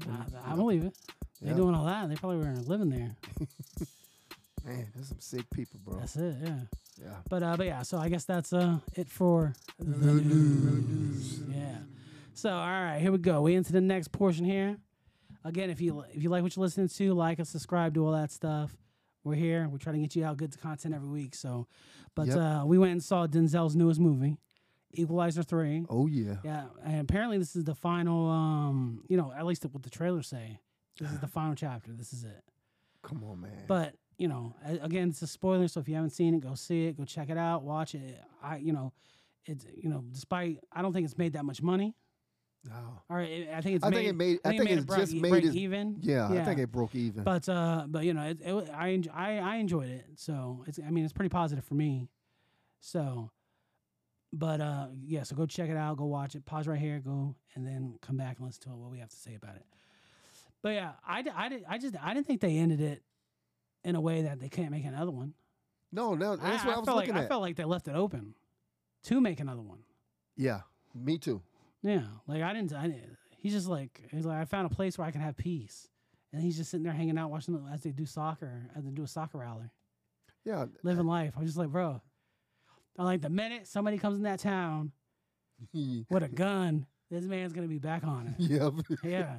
Speaker 3: I,
Speaker 2: wouldn't-
Speaker 3: I believe it. They
Speaker 2: Yeah.
Speaker 3: doing all that. They probably were living there.
Speaker 2: Man, there's some sick people, bro.
Speaker 3: That's it. Yeah.
Speaker 2: Yeah.
Speaker 3: But uh, but yeah. So I guess that's uh it for the news. Yeah. So all right, here we go. We into the next portion here. Again, if you li- if you like what you're listening to, like us, subscribe, do all that stuff. We're here. We're trying to get you out good content every week. So, but
Speaker 2: Yep.
Speaker 3: uh, we went and saw Denzel's newest movie, Equalizer Three.
Speaker 2: Oh yeah.
Speaker 3: Yeah, and apparently this is the final. Um, you know, at least what the trailers say. This is the final chapter. This is it.
Speaker 2: Come on, man.
Speaker 3: But you know, a- again, it's a spoiler. So if you haven't seen it, go see it. Go check it out. Watch it. I, you know, it's you know, despite I don't think it's made that much money.
Speaker 2: no.
Speaker 3: Or it, I think it's.
Speaker 2: I
Speaker 3: made,
Speaker 2: think it made. I think
Speaker 3: made
Speaker 2: it
Speaker 3: break- e,
Speaker 2: just made
Speaker 3: break
Speaker 2: it.
Speaker 3: even.
Speaker 2: Yeah, I think it broke even.
Speaker 3: But uh, but you know, it, it, wa- I, enj- I I enjoyed it. So it's I mean it's pretty positive for me. So, but uh, yeah. So go check it out. Go watch it. Pause right here. Go and then come back and listen to what we have to say about it. But yeah, I, d- I, did, I just I didn't think they ended it in a way that they can't make another one.
Speaker 2: no, no, that's what I, was
Speaker 3: felt
Speaker 2: looking
Speaker 3: like,
Speaker 2: at.
Speaker 3: I felt like they left it open to make another one.
Speaker 2: yeah, me too.
Speaker 3: Yeah, like I didn't. I, didn't- he's just like he's like I found a place where I can have peace, and he's just sitting there hanging out watching the- as they do soccer, as they do a soccer rally,
Speaker 2: Yeah, <laughs>
Speaker 3: living life. I'm just like, bro. I'm like the minute somebody comes in that town with a gun, this man's gonna be back on
Speaker 2: <laughs>
Speaker 3: it.
Speaker 2: yeah,
Speaker 3: Yeah,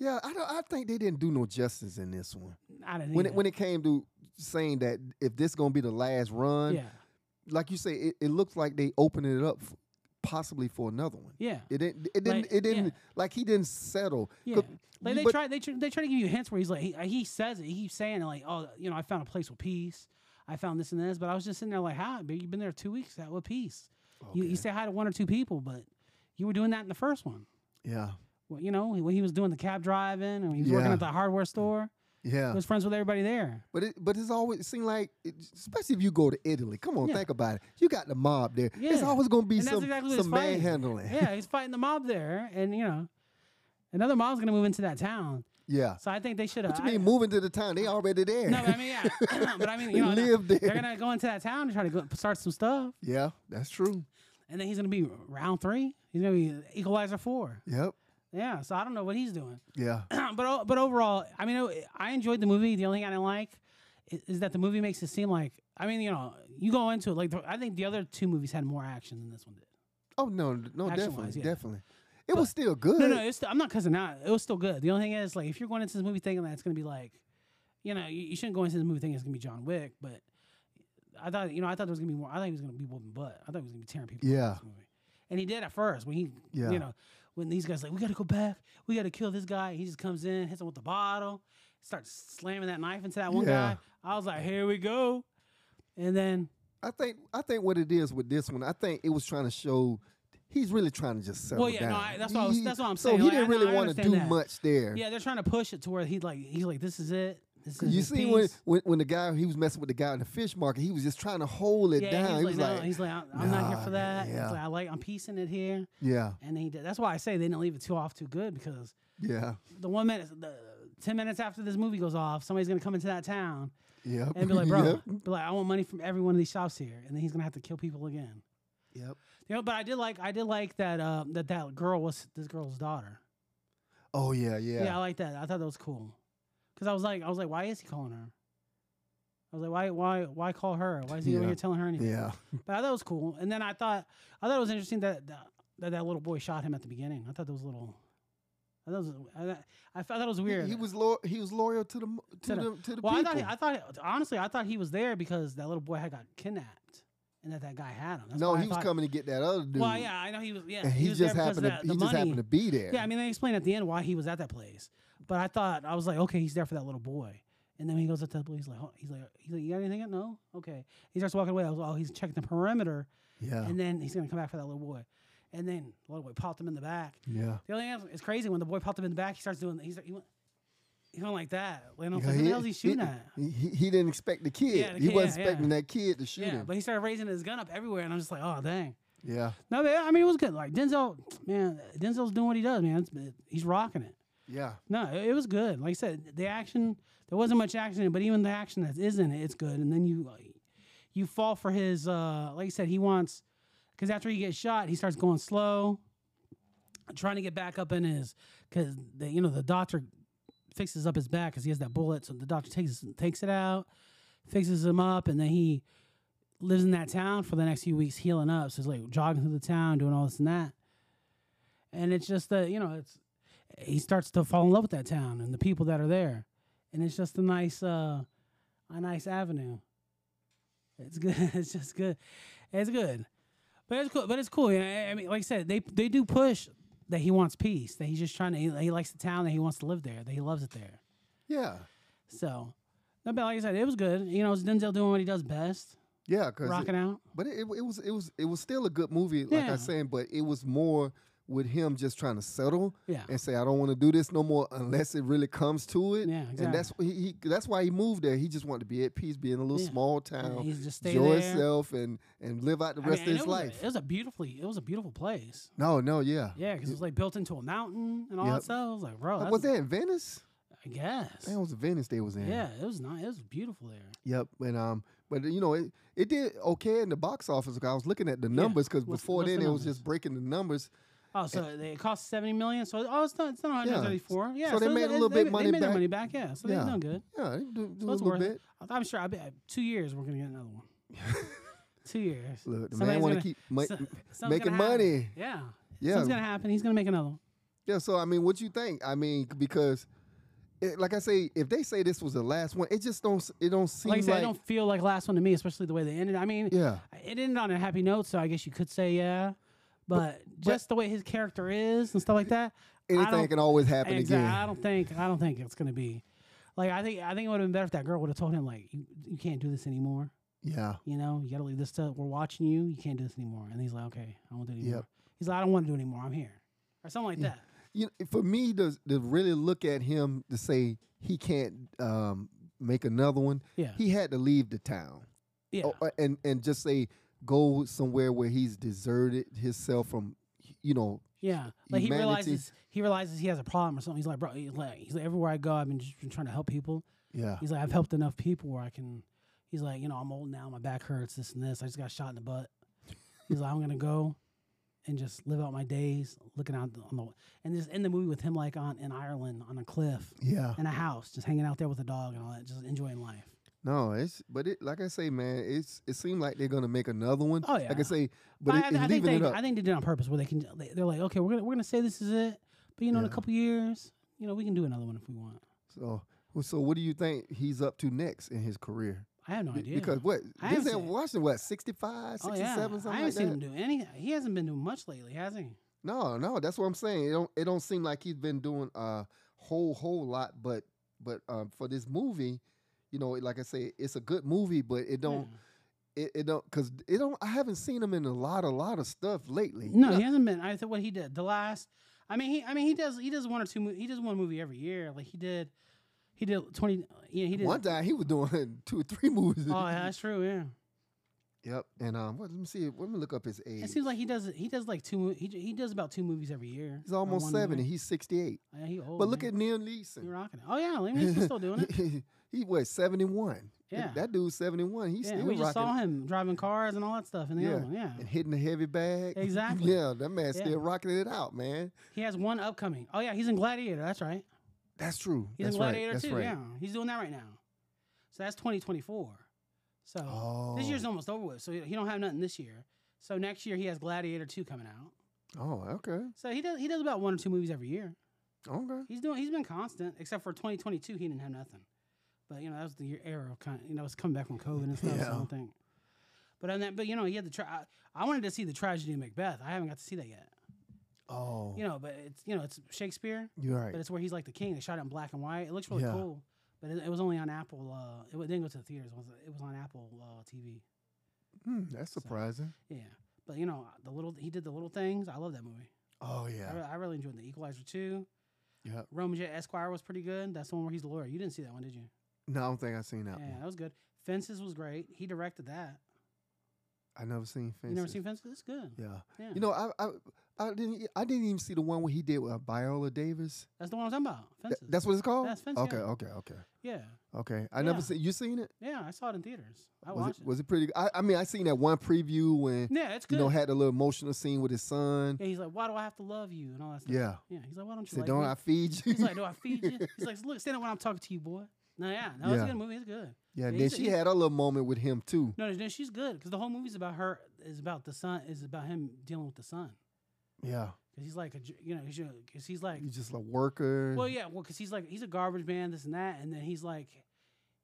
Speaker 2: yeah. I don't. I think they didn't do no justice in this one.
Speaker 3: I didn't.
Speaker 2: When it, when it came to saying that if this gonna be the last run,
Speaker 3: yeah,
Speaker 2: like you say, it, it looks like they opening it up f- possibly for another one.
Speaker 3: yeah,
Speaker 2: It didn't. It didn't.
Speaker 3: Like,
Speaker 2: it didn't.
Speaker 3: yeah.
Speaker 2: Like he didn't settle.
Speaker 3: yeah.
Speaker 2: 'Cause-
Speaker 3: Like they
Speaker 2: but-
Speaker 3: try, they try, they try to give you hints where he's like, he, he says it, he keeps saying it, like, oh, you know, I found a place with peace. I found this and this, but I was just sitting there like, how? But you've been there two weeks. That with peace. You, you
Speaker 2: Okay.
Speaker 3: say hi to one or two people, but you were doing that in the first one.
Speaker 2: yeah,
Speaker 3: Well, you know, when he was doing the cab driving and he was working
Speaker 2: Yeah.
Speaker 3: at the hardware store,
Speaker 2: yeah.
Speaker 3: he was friends with everybody there.
Speaker 2: But it, but it's always it seemed like, it, especially if you go to Italy. Come on,
Speaker 3: Yeah.
Speaker 2: think about it. You got the mob there. It's
Speaker 3: Yeah.
Speaker 2: always going to be
Speaker 3: And that's
Speaker 2: some
Speaker 3: exactly what it's
Speaker 2: some
Speaker 3: fighting.
Speaker 2: manhandling.
Speaker 3: Yeah, he's fighting the mob there, and you know, another mob's gonna move into that town.
Speaker 2: yeah.
Speaker 3: So I think they should.
Speaker 2: What you mean moving to the town? They already there.
Speaker 3: <laughs> No, but I mean, yeah, <coughs> but
Speaker 2: <laughs>
Speaker 3: I mean,
Speaker 2: They
Speaker 3: you know, they're-
Speaker 2: live there.
Speaker 3: they're gonna go into that town and try to go, start some stuff,
Speaker 2: yeah, that's true.
Speaker 3: and then he's gonna be round three. He's gonna be equalizer four.
Speaker 2: Yep.
Speaker 3: Yeah, so I don't know what he's doing.
Speaker 2: Yeah.
Speaker 3: <clears throat> but o- but overall, I mean, o- I enjoyed the movie. The only thing I didn't like is, is that the movie makes it seem like I mean, you know, you go into it like the, I think the other two movies had more action than this one did.
Speaker 2: Oh no, no,
Speaker 3: Action-wise,
Speaker 2: definitely,
Speaker 3: yeah.
Speaker 2: definitely. It was still good.
Speaker 3: No, no, it's st- I'm not cussing out. It was still good. The only thing is, like, if you're going into this movie thinking that it's gonna be like, you know, you, you shouldn't go into this movie thinking it's gonna be John Wick. But I thought, you know, I thought there was gonna be more. I thought he was gonna be whooping butt. I thought he was gonna be tearing people. up in
Speaker 2: Yeah.
Speaker 3: this movie. And he did at first when he,
Speaker 2: Yeah.
Speaker 3: you know, when these guys like, we gotta go back, we gotta kill this guy. He just comes in, hits him with the bottle, starts slamming that knife into that one
Speaker 2: Yeah.
Speaker 3: guy. I was like, here we go. And then,
Speaker 2: I think I think what it is with this one, I think it was trying to show he's really trying to just settle
Speaker 3: Well, yeah, no,
Speaker 2: down.
Speaker 3: I- that's what I was-
Speaker 2: He-
Speaker 3: that's what I'm
Speaker 2: so
Speaker 3: saying.
Speaker 2: he
Speaker 3: Like,
Speaker 2: didn't
Speaker 3: I know-
Speaker 2: really
Speaker 3: I
Speaker 2: want to
Speaker 3: understand
Speaker 2: do
Speaker 3: that.
Speaker 2: much there.
Speaker 3: yeah, they're trying to push it to where he like, he's like, this is it. This is
Speaker 2: You
Speaker 3: his
Speaker 2: see, when,
Speaker 3: piece."
Speaker 2: when when the guy he was messing with the guy in the fish market, he was just trying to hold it down.
Speaker 3: He's
Speaker 2: he was
Speaker 3: like,
Speaker 2: like,
Speaker 3: no, he's like, I'm I'm not here
Speaker 2: "Nah,
Speaker 3: for
Speaker 2: man,
Speaker 3: that. He's
Speaker 2: yeah.
Speaker 3: like, I like, I'm piecing it here.
Speaker 2: yeah,
Speaker 3: And he did. That's why I say they didn't leave it too off too good because
Speaker 2: yeah,
Speaker 3: the one minute, the ten minutes after this movie goes off, somebody's gonna come into that town
Speaker 2: yeah. <laughs>
Speaker 3: and be like, bro,
Speaker 2: yep,
Speaker 3: be like, I want money from every one of these shops here, and then he's gonna have to kill people again.
Speaker 2: yep.
Speaker 3: You know, but I did like, I did like that uh, that that girl was this girl's daughter.
Speaker 2: Oh yeah, yeah,
Speaker 3: Yeah, I like that. I thought that was cool because I was like, I was like, why is he calling her? I was like, why, why, why call her? Why is he over
Speaker 2: Yeah.
Speaker 3: here telling her anything?
Speaker 2: yeah.
Speaker 3: But I thought it was cool. And then I thought I thought it was interesting that that, that, that little boy shot him at the beginning. I thought that was a little. I thought it was, I, thought- I thought that was
Speaker 2: He-
Speaker 3: weird.
Speaker 2: He, was loyal. He was loyal to the m- to,
Speaker 3: To the-
Speaker 2: the, to the
Speaker 3: well, I
Speaker 2: people.
Speaker 3: thought he, I thought honestly I thought he was there because that little boy had got kidnapped. and that that guy had him. That's
Speaker 2: no,
Speaker 3: why I
Speaker 2: he was
Speaker 3: thought-
Speaker 2: coming to get that other dude.
Speaker 3: Well, yeah, I know he was. Yeah,
Speaker 2: and he,
Speaker 3: was
Speaker 2: just
Speaker 3: there because
Speaker 2: happened to
Speaker 3: of
Speaker 2: he
Speaker 3: the, the
Speaker 2: just
Speaker 3: money.
Speaker 2: happened to be there.
Speaker 3: Yeah, I mean, they explained at the end why he was at that place. But I thought I was like, okay, he's there for that little boy. And then when he goes up to the police, like, "Huh," he's like, he's like, you got anything? in?" No, okay. He starts walking away. I was like, oh, he's checking the perimeter,
Speaker 2: yeah,
Speaker 3: and then he's gonna come back for that little boy. And then the little boy popped him in the back.
Speaker 2: yeah.
Speaker 3: The only thing is, it's crazy when the boy popped him in the back. He starts doing, he's he went, he went like that. You know,
Speaker 2: Yeah,
Speaker 3: like, who the hell's he shooting
Speaker 2: he,
Speaker 3: at?
Speaker 2: He, he didn't expect the kid.
Speaker 3: Yeah, the
Speaker 2: he
Speaker 3: kid,
Speaker 2: wasn't
Speaker 3: yeah,
Speaker 2: expecting that kid to shoot
Speaker 3: Yeah,
Speaker 2: him.
Speaker 3: but he started raising his gun up everywhere, and I'm just like, oh dang.
Speaker 2: yeah,
Speaker 3: No, man, I mean it was good. Like Denzel, man, Denzel's doing what he does, man. It's- he's rocking it.
Speaker 2: yeah,
Speaker 3: No, it, it was good. Like I said, the action there wasn't much action, in it, but even the action that is in it, it's good. And then you like, you fall for his. uh Like I said, he wants because after he gets shot, he starts going slow, trying to get back up in his because the you know the doctor fixes up his back because he has that bullet, so the doctor takes takes it out, fixes him up, and then he lives in that town for the next few weeks, healing up. So he's like jogging through the town, doing all this and that. And it's just that you know it's he starts to fall in love with that town and the people that are there, and it's just a nice, uh, a nice avenue. It's good. <laughs> it's just good. It's good, but it's cool. But it's cool. Yeah, I- I mean, like I said, they they do push that he wants peace. That he's just trying to. He, he likes the town. That he wants to live there. That he loves it there.
Speaker 2: yeah,
Speaker 3: So, no, but like I said, it was good. You know, it's Denzel doing what he does best,
Speaker 2: yeah. Cause it-
Speaker 3: rocking out.
Speaker 2: but it, it was it was it was still a good movie. Like I
Speaker 3: Yeah.
Speaker 2: was saying, but it was more with him just trying to settle
Speaker 3: Yeah.
Speaker 2: and say, I don't want to do this no more unless it really comes to it.
Speaker 3: Yeah,
Speaker 2: And that's he, he that's why he moved there. He just wanted to be at peace, be in a little
Speaker 3: Yeah.
Speaker 2: small
Speaker 3: Yeah,
Speaker 2: town,
Speaker 3: he's just stay
Speaker 2: enjoy
Speaker 3: there.
Speaker 2: himself, and and live out the
Speaker 3: I
Speaker 2: rest
Speaker 3: mean,
Speaker 2: of his
Speaker 3: and it was a-
Speaker 2: life.
Speaker 3: it was a beautifully. It was a beautiful place.
Speaker 2: no, no, yeah.
Speaker 3: Yeah, because it's like built into a mountain and all
Speaker 2: Yep.
Speaker 3: that stuff. I was like, bro,
Speaker 2: Uh,
Speaker 3: that's,
Speaker 2: was that in Venice?
Speaker 3: I guess.
Speaker 2: That was Venice they was in.
Speaker 3: Yeah, it was nice. It was beautiful there.
Speaker 2: Yep, and um, but you know, it, it did okay in the box office. 'cause I was looking at the numbers because
Speaker 3: What's-
Speaker 2: before
Speaker 3: what's the
Speaker 2: then it was
Speaker 3: numbers?
Speaker 2: just breaking the numbers.
Speaker 3: Oh, so they, it cost seventy million. So oh, it's not it's not one hundred thirty-four. Yeah.
Speaker 2: So they made a
Speaker 3: it-
Speaker 2: little
Speaker 3: they,
Speaker 2: bit
Speaker 3: ma-
Speaker 2: money
Speaker 3: they made their
Speaker 2: back.
Speaker 3: money back. Yeah. So
Speaker 2: Yeah.
Speaker 3: they've done good.
Speaker 2: Yeah, it do, do
Speaker 3: So
Speaker 2: a
Speaker 3: it's
Speaker 2: little
Speaker 3: worth
Speaker 2: bit.
Speaker 3: it. I- I'm sure. I bet two years we're gonna get another one.
Speaker 2: <laughs>
Speaker 3: two years.
Speaker 2: Look, the man
Speaker 3: Somebody's
Speaker 2: want to
Speaker 3: gonna- <laughs>
Speaker 2: keep ma-
Speaker 3: so- something's
Speaker 2: making
Speaker 3: gonna happen.
Speaker 2: money.
Speaker 3: Yeah.
Speaker 2: Yeah.
Speaker 3: Something's gonna happen. He's gonna make another. one.
Speaker 2: Yeah, so I mean, what you think? I mean, because, it, like I say, if they say this was the last one, it just don't. s- It don't seem
Speaker 3: Like I
Speaker 2: like.
Speaker 3: said, I don't feel like last one to me, especially the way they ended. I mean,
Speaker 2: yeah,
Speaker 3: it ended on a happy note, so I guess you could say yeah. But, just the way his character is and stuff like that, I
Speaker 2: anything
Speaker 3: don't
Speaker 2: can always happen
Speaker 3: Exactly.
Speaker 2: again.
Speaker 3: I don't think I don't think it's gonna be like I think I think it would have been better if that girl would have told him like you, you can't do this anymore.
Speaker 2: Yeah,
Speaker 3: You know, you gotta leave this to we're watching you, you can't do this anymore. And he's like, Okay, I won't do it
Speaker 2: Yep.
Speaker 3: anymore. He's like, I don't want to do it anymore, I'm here. Or something like
Speaker 2: Yeah.
Speaker 3: that.
Speaker 2: you know, for me to to really look at him to say he can't um, make another one,
Speaker 3: Yeah.
Speaker 2: he had to leave the town.
Speaker 3: yeah.
Speaker 2: Oh, uh, and and just say go somewhere where he's deserted himself from, you know.
Speaker 3: yeah. Like he
Speaker 2: humanity-
Speaker 3: realizes he realizes he has a problem or something. He's like, bro, he's like, he's like everywhere I go, I've been just been trying to help people.
Speaker 2: Yeah,
Speaker 3: He's like, I've helped enough people where I can. He's like, you know, I'm old now. My back hurts. This and this. I just got shot in the butt. He's like, I'm gonna go and just live out my days looking out on the and just end the movie with him like on in Ireland on a cliff
Speaker 2: yeah.
Speaker 3: in a house, just hanging out there with a dog and all that, just enjoying life.
Speaker 2: No, it's but it like I say, man, it's it seemed like they're gonna make another one.
Speaker 3: Oh,
Speaker 2: like I
Speaker 3: yeah.
Speaker 2: say, but
Speaker 3: But
Speaker 2: it,
Speaker 3: I,
Speaker 2: it's
Speaker 3: I think
Speaker 2: leaving
Speaker 3: they,
Speaker 2: it up.
Speaker 3: I think they did it on purpose where they can. They, they're like, okay, we're gonna we're gonna say this is it, but you know, in
Speaker 2: Yeah.
Speaker 3: a couple years, you know, we can do another one if we want.
Speaker 2: So, well, so what do you think he's up to next in his career?
Speaker 3: I have no
Speaker 2: Be-
Speaker 3: idea
Speaker 2: Because what
Speaker 3: I haven't
Speaker 2: Denzel
Speaker 3: seen it.
Speaker 2: Washington, what 65,
Speaker 3: Oh
Speaker 2: 67,
Speaker 3: yeah, I
Speaker 2: something
Speaker 3: haven't
Speaker 2: like
Speaker 3: seen
Speaker 2: that.
Speaker 3: him do anything. He hasn't been doing much lately, has he?
Speaker 2: No, no, that's what I'm saying. It don't it don't seem like he's been doing a whole whole lot, but but um, for this movie, you know, like I say, it's a good movie, but it don't
Speaker 3: Yeah.
Speaker 2: it, it don't because it don't. I haven't seen him in a lot a lot of stuff lately.
Speaker 3: No,
Speaker 2: Yeah.
Speaker 3: he hasn't been. I think what he did the last. I mean, he. I mean, he does. He does one or two. mo- He does one movie every year. Like he did. He did twenty. Yeah, he did.
Speaker 2: one time he was doing <laughs> two or three movies.
Speaker 3: Oh, yeah, that's true. Yeah.
Speaker 2: <laughs> Yep. And um, what, let me see. Let me look up his age.
Speaker 3: It seems like he does. He does like two. mo- He he does about two movies every year.
Speaker 2: he's
Speaker 3: or
Speaker 2: almost
Speaker 3: one
Speaker 2: seventy.
Speaker 3: movie.
Speaker 2: He's sixty-eight.
Speaker 3: Yeah, he old.
Speaker 2: but look
Speaker 3: man.
Speaker 2: at Neil
Speaker 3: he
Speaker 2: Neeson.
Speaker 3: rocking it. Oh yeah, I mean, he's still doing it.
Speaker 2: he, he was seventy-one. Th-
Speaker 3: Yeah.
Speaker 2: That dude's seventy-one. <laughs> He's
Speaker 3: yeah,
Speaker 2: still
Speaker 3: we
Speaker 2: rocking.
Speaker 3: just saw him driving cars and all that stuff in the
Speaker 2: Yeah.
Speaker 3: other one. Yeah,
Speaker 2: And hitting the heavy bag. <laughs>
Speaker 3: Exactly.
Speaker 2: Yeah, that man's
Speaker 3: Yeah.
Speaker 2: still rocking it out, man.
Speaker 3: he has one upcoming. Oh yeah, he's in Gladiator. That's right.
Speaker 2: That's true.
Speaker 3: He's
Speaker 2: that's
Speaker 3: in
Speaker 2: right.
Speaker 3: Gladiator
Speaker 2: that's
Speaker 3: too.
Speaker 2: right.
Speaker 3: Yeah, he's doing that right now. So that's twenty twenty four. So
Speaker 2: Oh.
Speaker 3: This year's almost over with, so he he don't have nothing this year. So next year he has Gladiator two coming out.
Speaker 2: Oh, okay.
Speaker 3: So he does he does about one or two movies every year.
Speaker 2: Okay.
Speaker 3: He's doing he's been constant except for 2022 he didn't have nothing. But you know that was the year era of kind you know it's coming back from COVID and stuff. So I
Speaker 2: Yeah.
Speaker 3: don't think. But on that, but you know, he had the. Tra- I, I wanted to see the tragedy of Macbeth. I haven't got to see that yet.
Speaker 2: Oh,
Speaker 3: You know, but it's you know it's Shakespeare,
Speaker 2: you're right.
Speaker 3: but it's where he's like the king. They shot it in black and white. It looks really
Speaker 2: Yeah.
Speaker 3: cool. But it, it was only on Apple. Uh, it wa- didn't go to the theaters. It was, it was on Apple uh, TV.
Speaker 2: Hmm, that's surprising.
Speaker 3: Yeah. But you know the little he did the little things. I love that movie.
Speaker 2: Oh
Speaker 3: I,
Speaker 2: yeah,
Speaker 3: re- I really enjoyed the Equalizer too.
Speaker 2: yeah.
Speaker 3: Roman J. Esquire was pretty good. That's the one where he's the lawyer. You didn't see that one, did you?
Speaker 2: No, I don't think I've seen that
Speaker 3: Yeah,
Speaker 2: one.
Speaker 3: that was good. Fences was great. He directed that.
Speaker 2: I never seen Fences.
Speaker 3: You never seen Fences? It's good.
Speaker 2: Yeah.
Speaker 3: Yeah.
Speaker 2: You know, I, I I didn't e, I didn't even see the one where he did with uh, Viola Davis.
Speaker 3: that's the one I'm talking about.
Speaker 2: Th-
Speaker 3: Fences.
Speaker 2: that's what it's called.
Speaker 3: That's Fences,
Speaker 2: okay,
Speaker 3: yeah.
Speaker 2: okay, okay,
Speaker 3: yeah.
Speaker 2: okay. I never
Speaker 3: Yeah.
Speaker 2: seen. You seen it?
Speaker 3: Yeah, I saw it in theaters. I
Speaker 2: was
Speaker 3: watched
Speaker 2: it, was it pretty? I, I mean, I seen that one preview when
Speaker 3: yeah, it's
Speaker 2: you
Speaker 3: good.
Speaker 2: know had the little emotional scene with his son.
Speaker 3: yeah, he's like, why do I have to love you and all that stuff.
Speaker 2: Yeah.
Speaker 3: Yeah, he's like, why don't you
Speaker 2: Said,
Speaker 3: like
Speaker 2: don't
Speaker 3: me?
Speaker 2: I feed you?
Speaker 3: He's like, do I feed you? He's like, look, stand up when I'm talking to you, boy. No, yeah, no, it's
Speaker 2: Yeah.
Speaker 3: a good movie. It's good.
Speaker 2: <laughs> yeah. And
Speaker 3: he's-
Speaker 2: then she
Speaker 3: he's-
Speaker 2: had a little moment with him too.
Speaker 3: No, no, no, she's good because the whole movie's about her. Is about the son. Is about him dealing with the son
Speaker 2: Yeah.
Speaker 3: because he's like a, j- you know, because he's like
Speaker 2: He's just a worker.
Speaker 3: Well, yeah, well, because he's like he's a garbage man, this and that, and then he's like,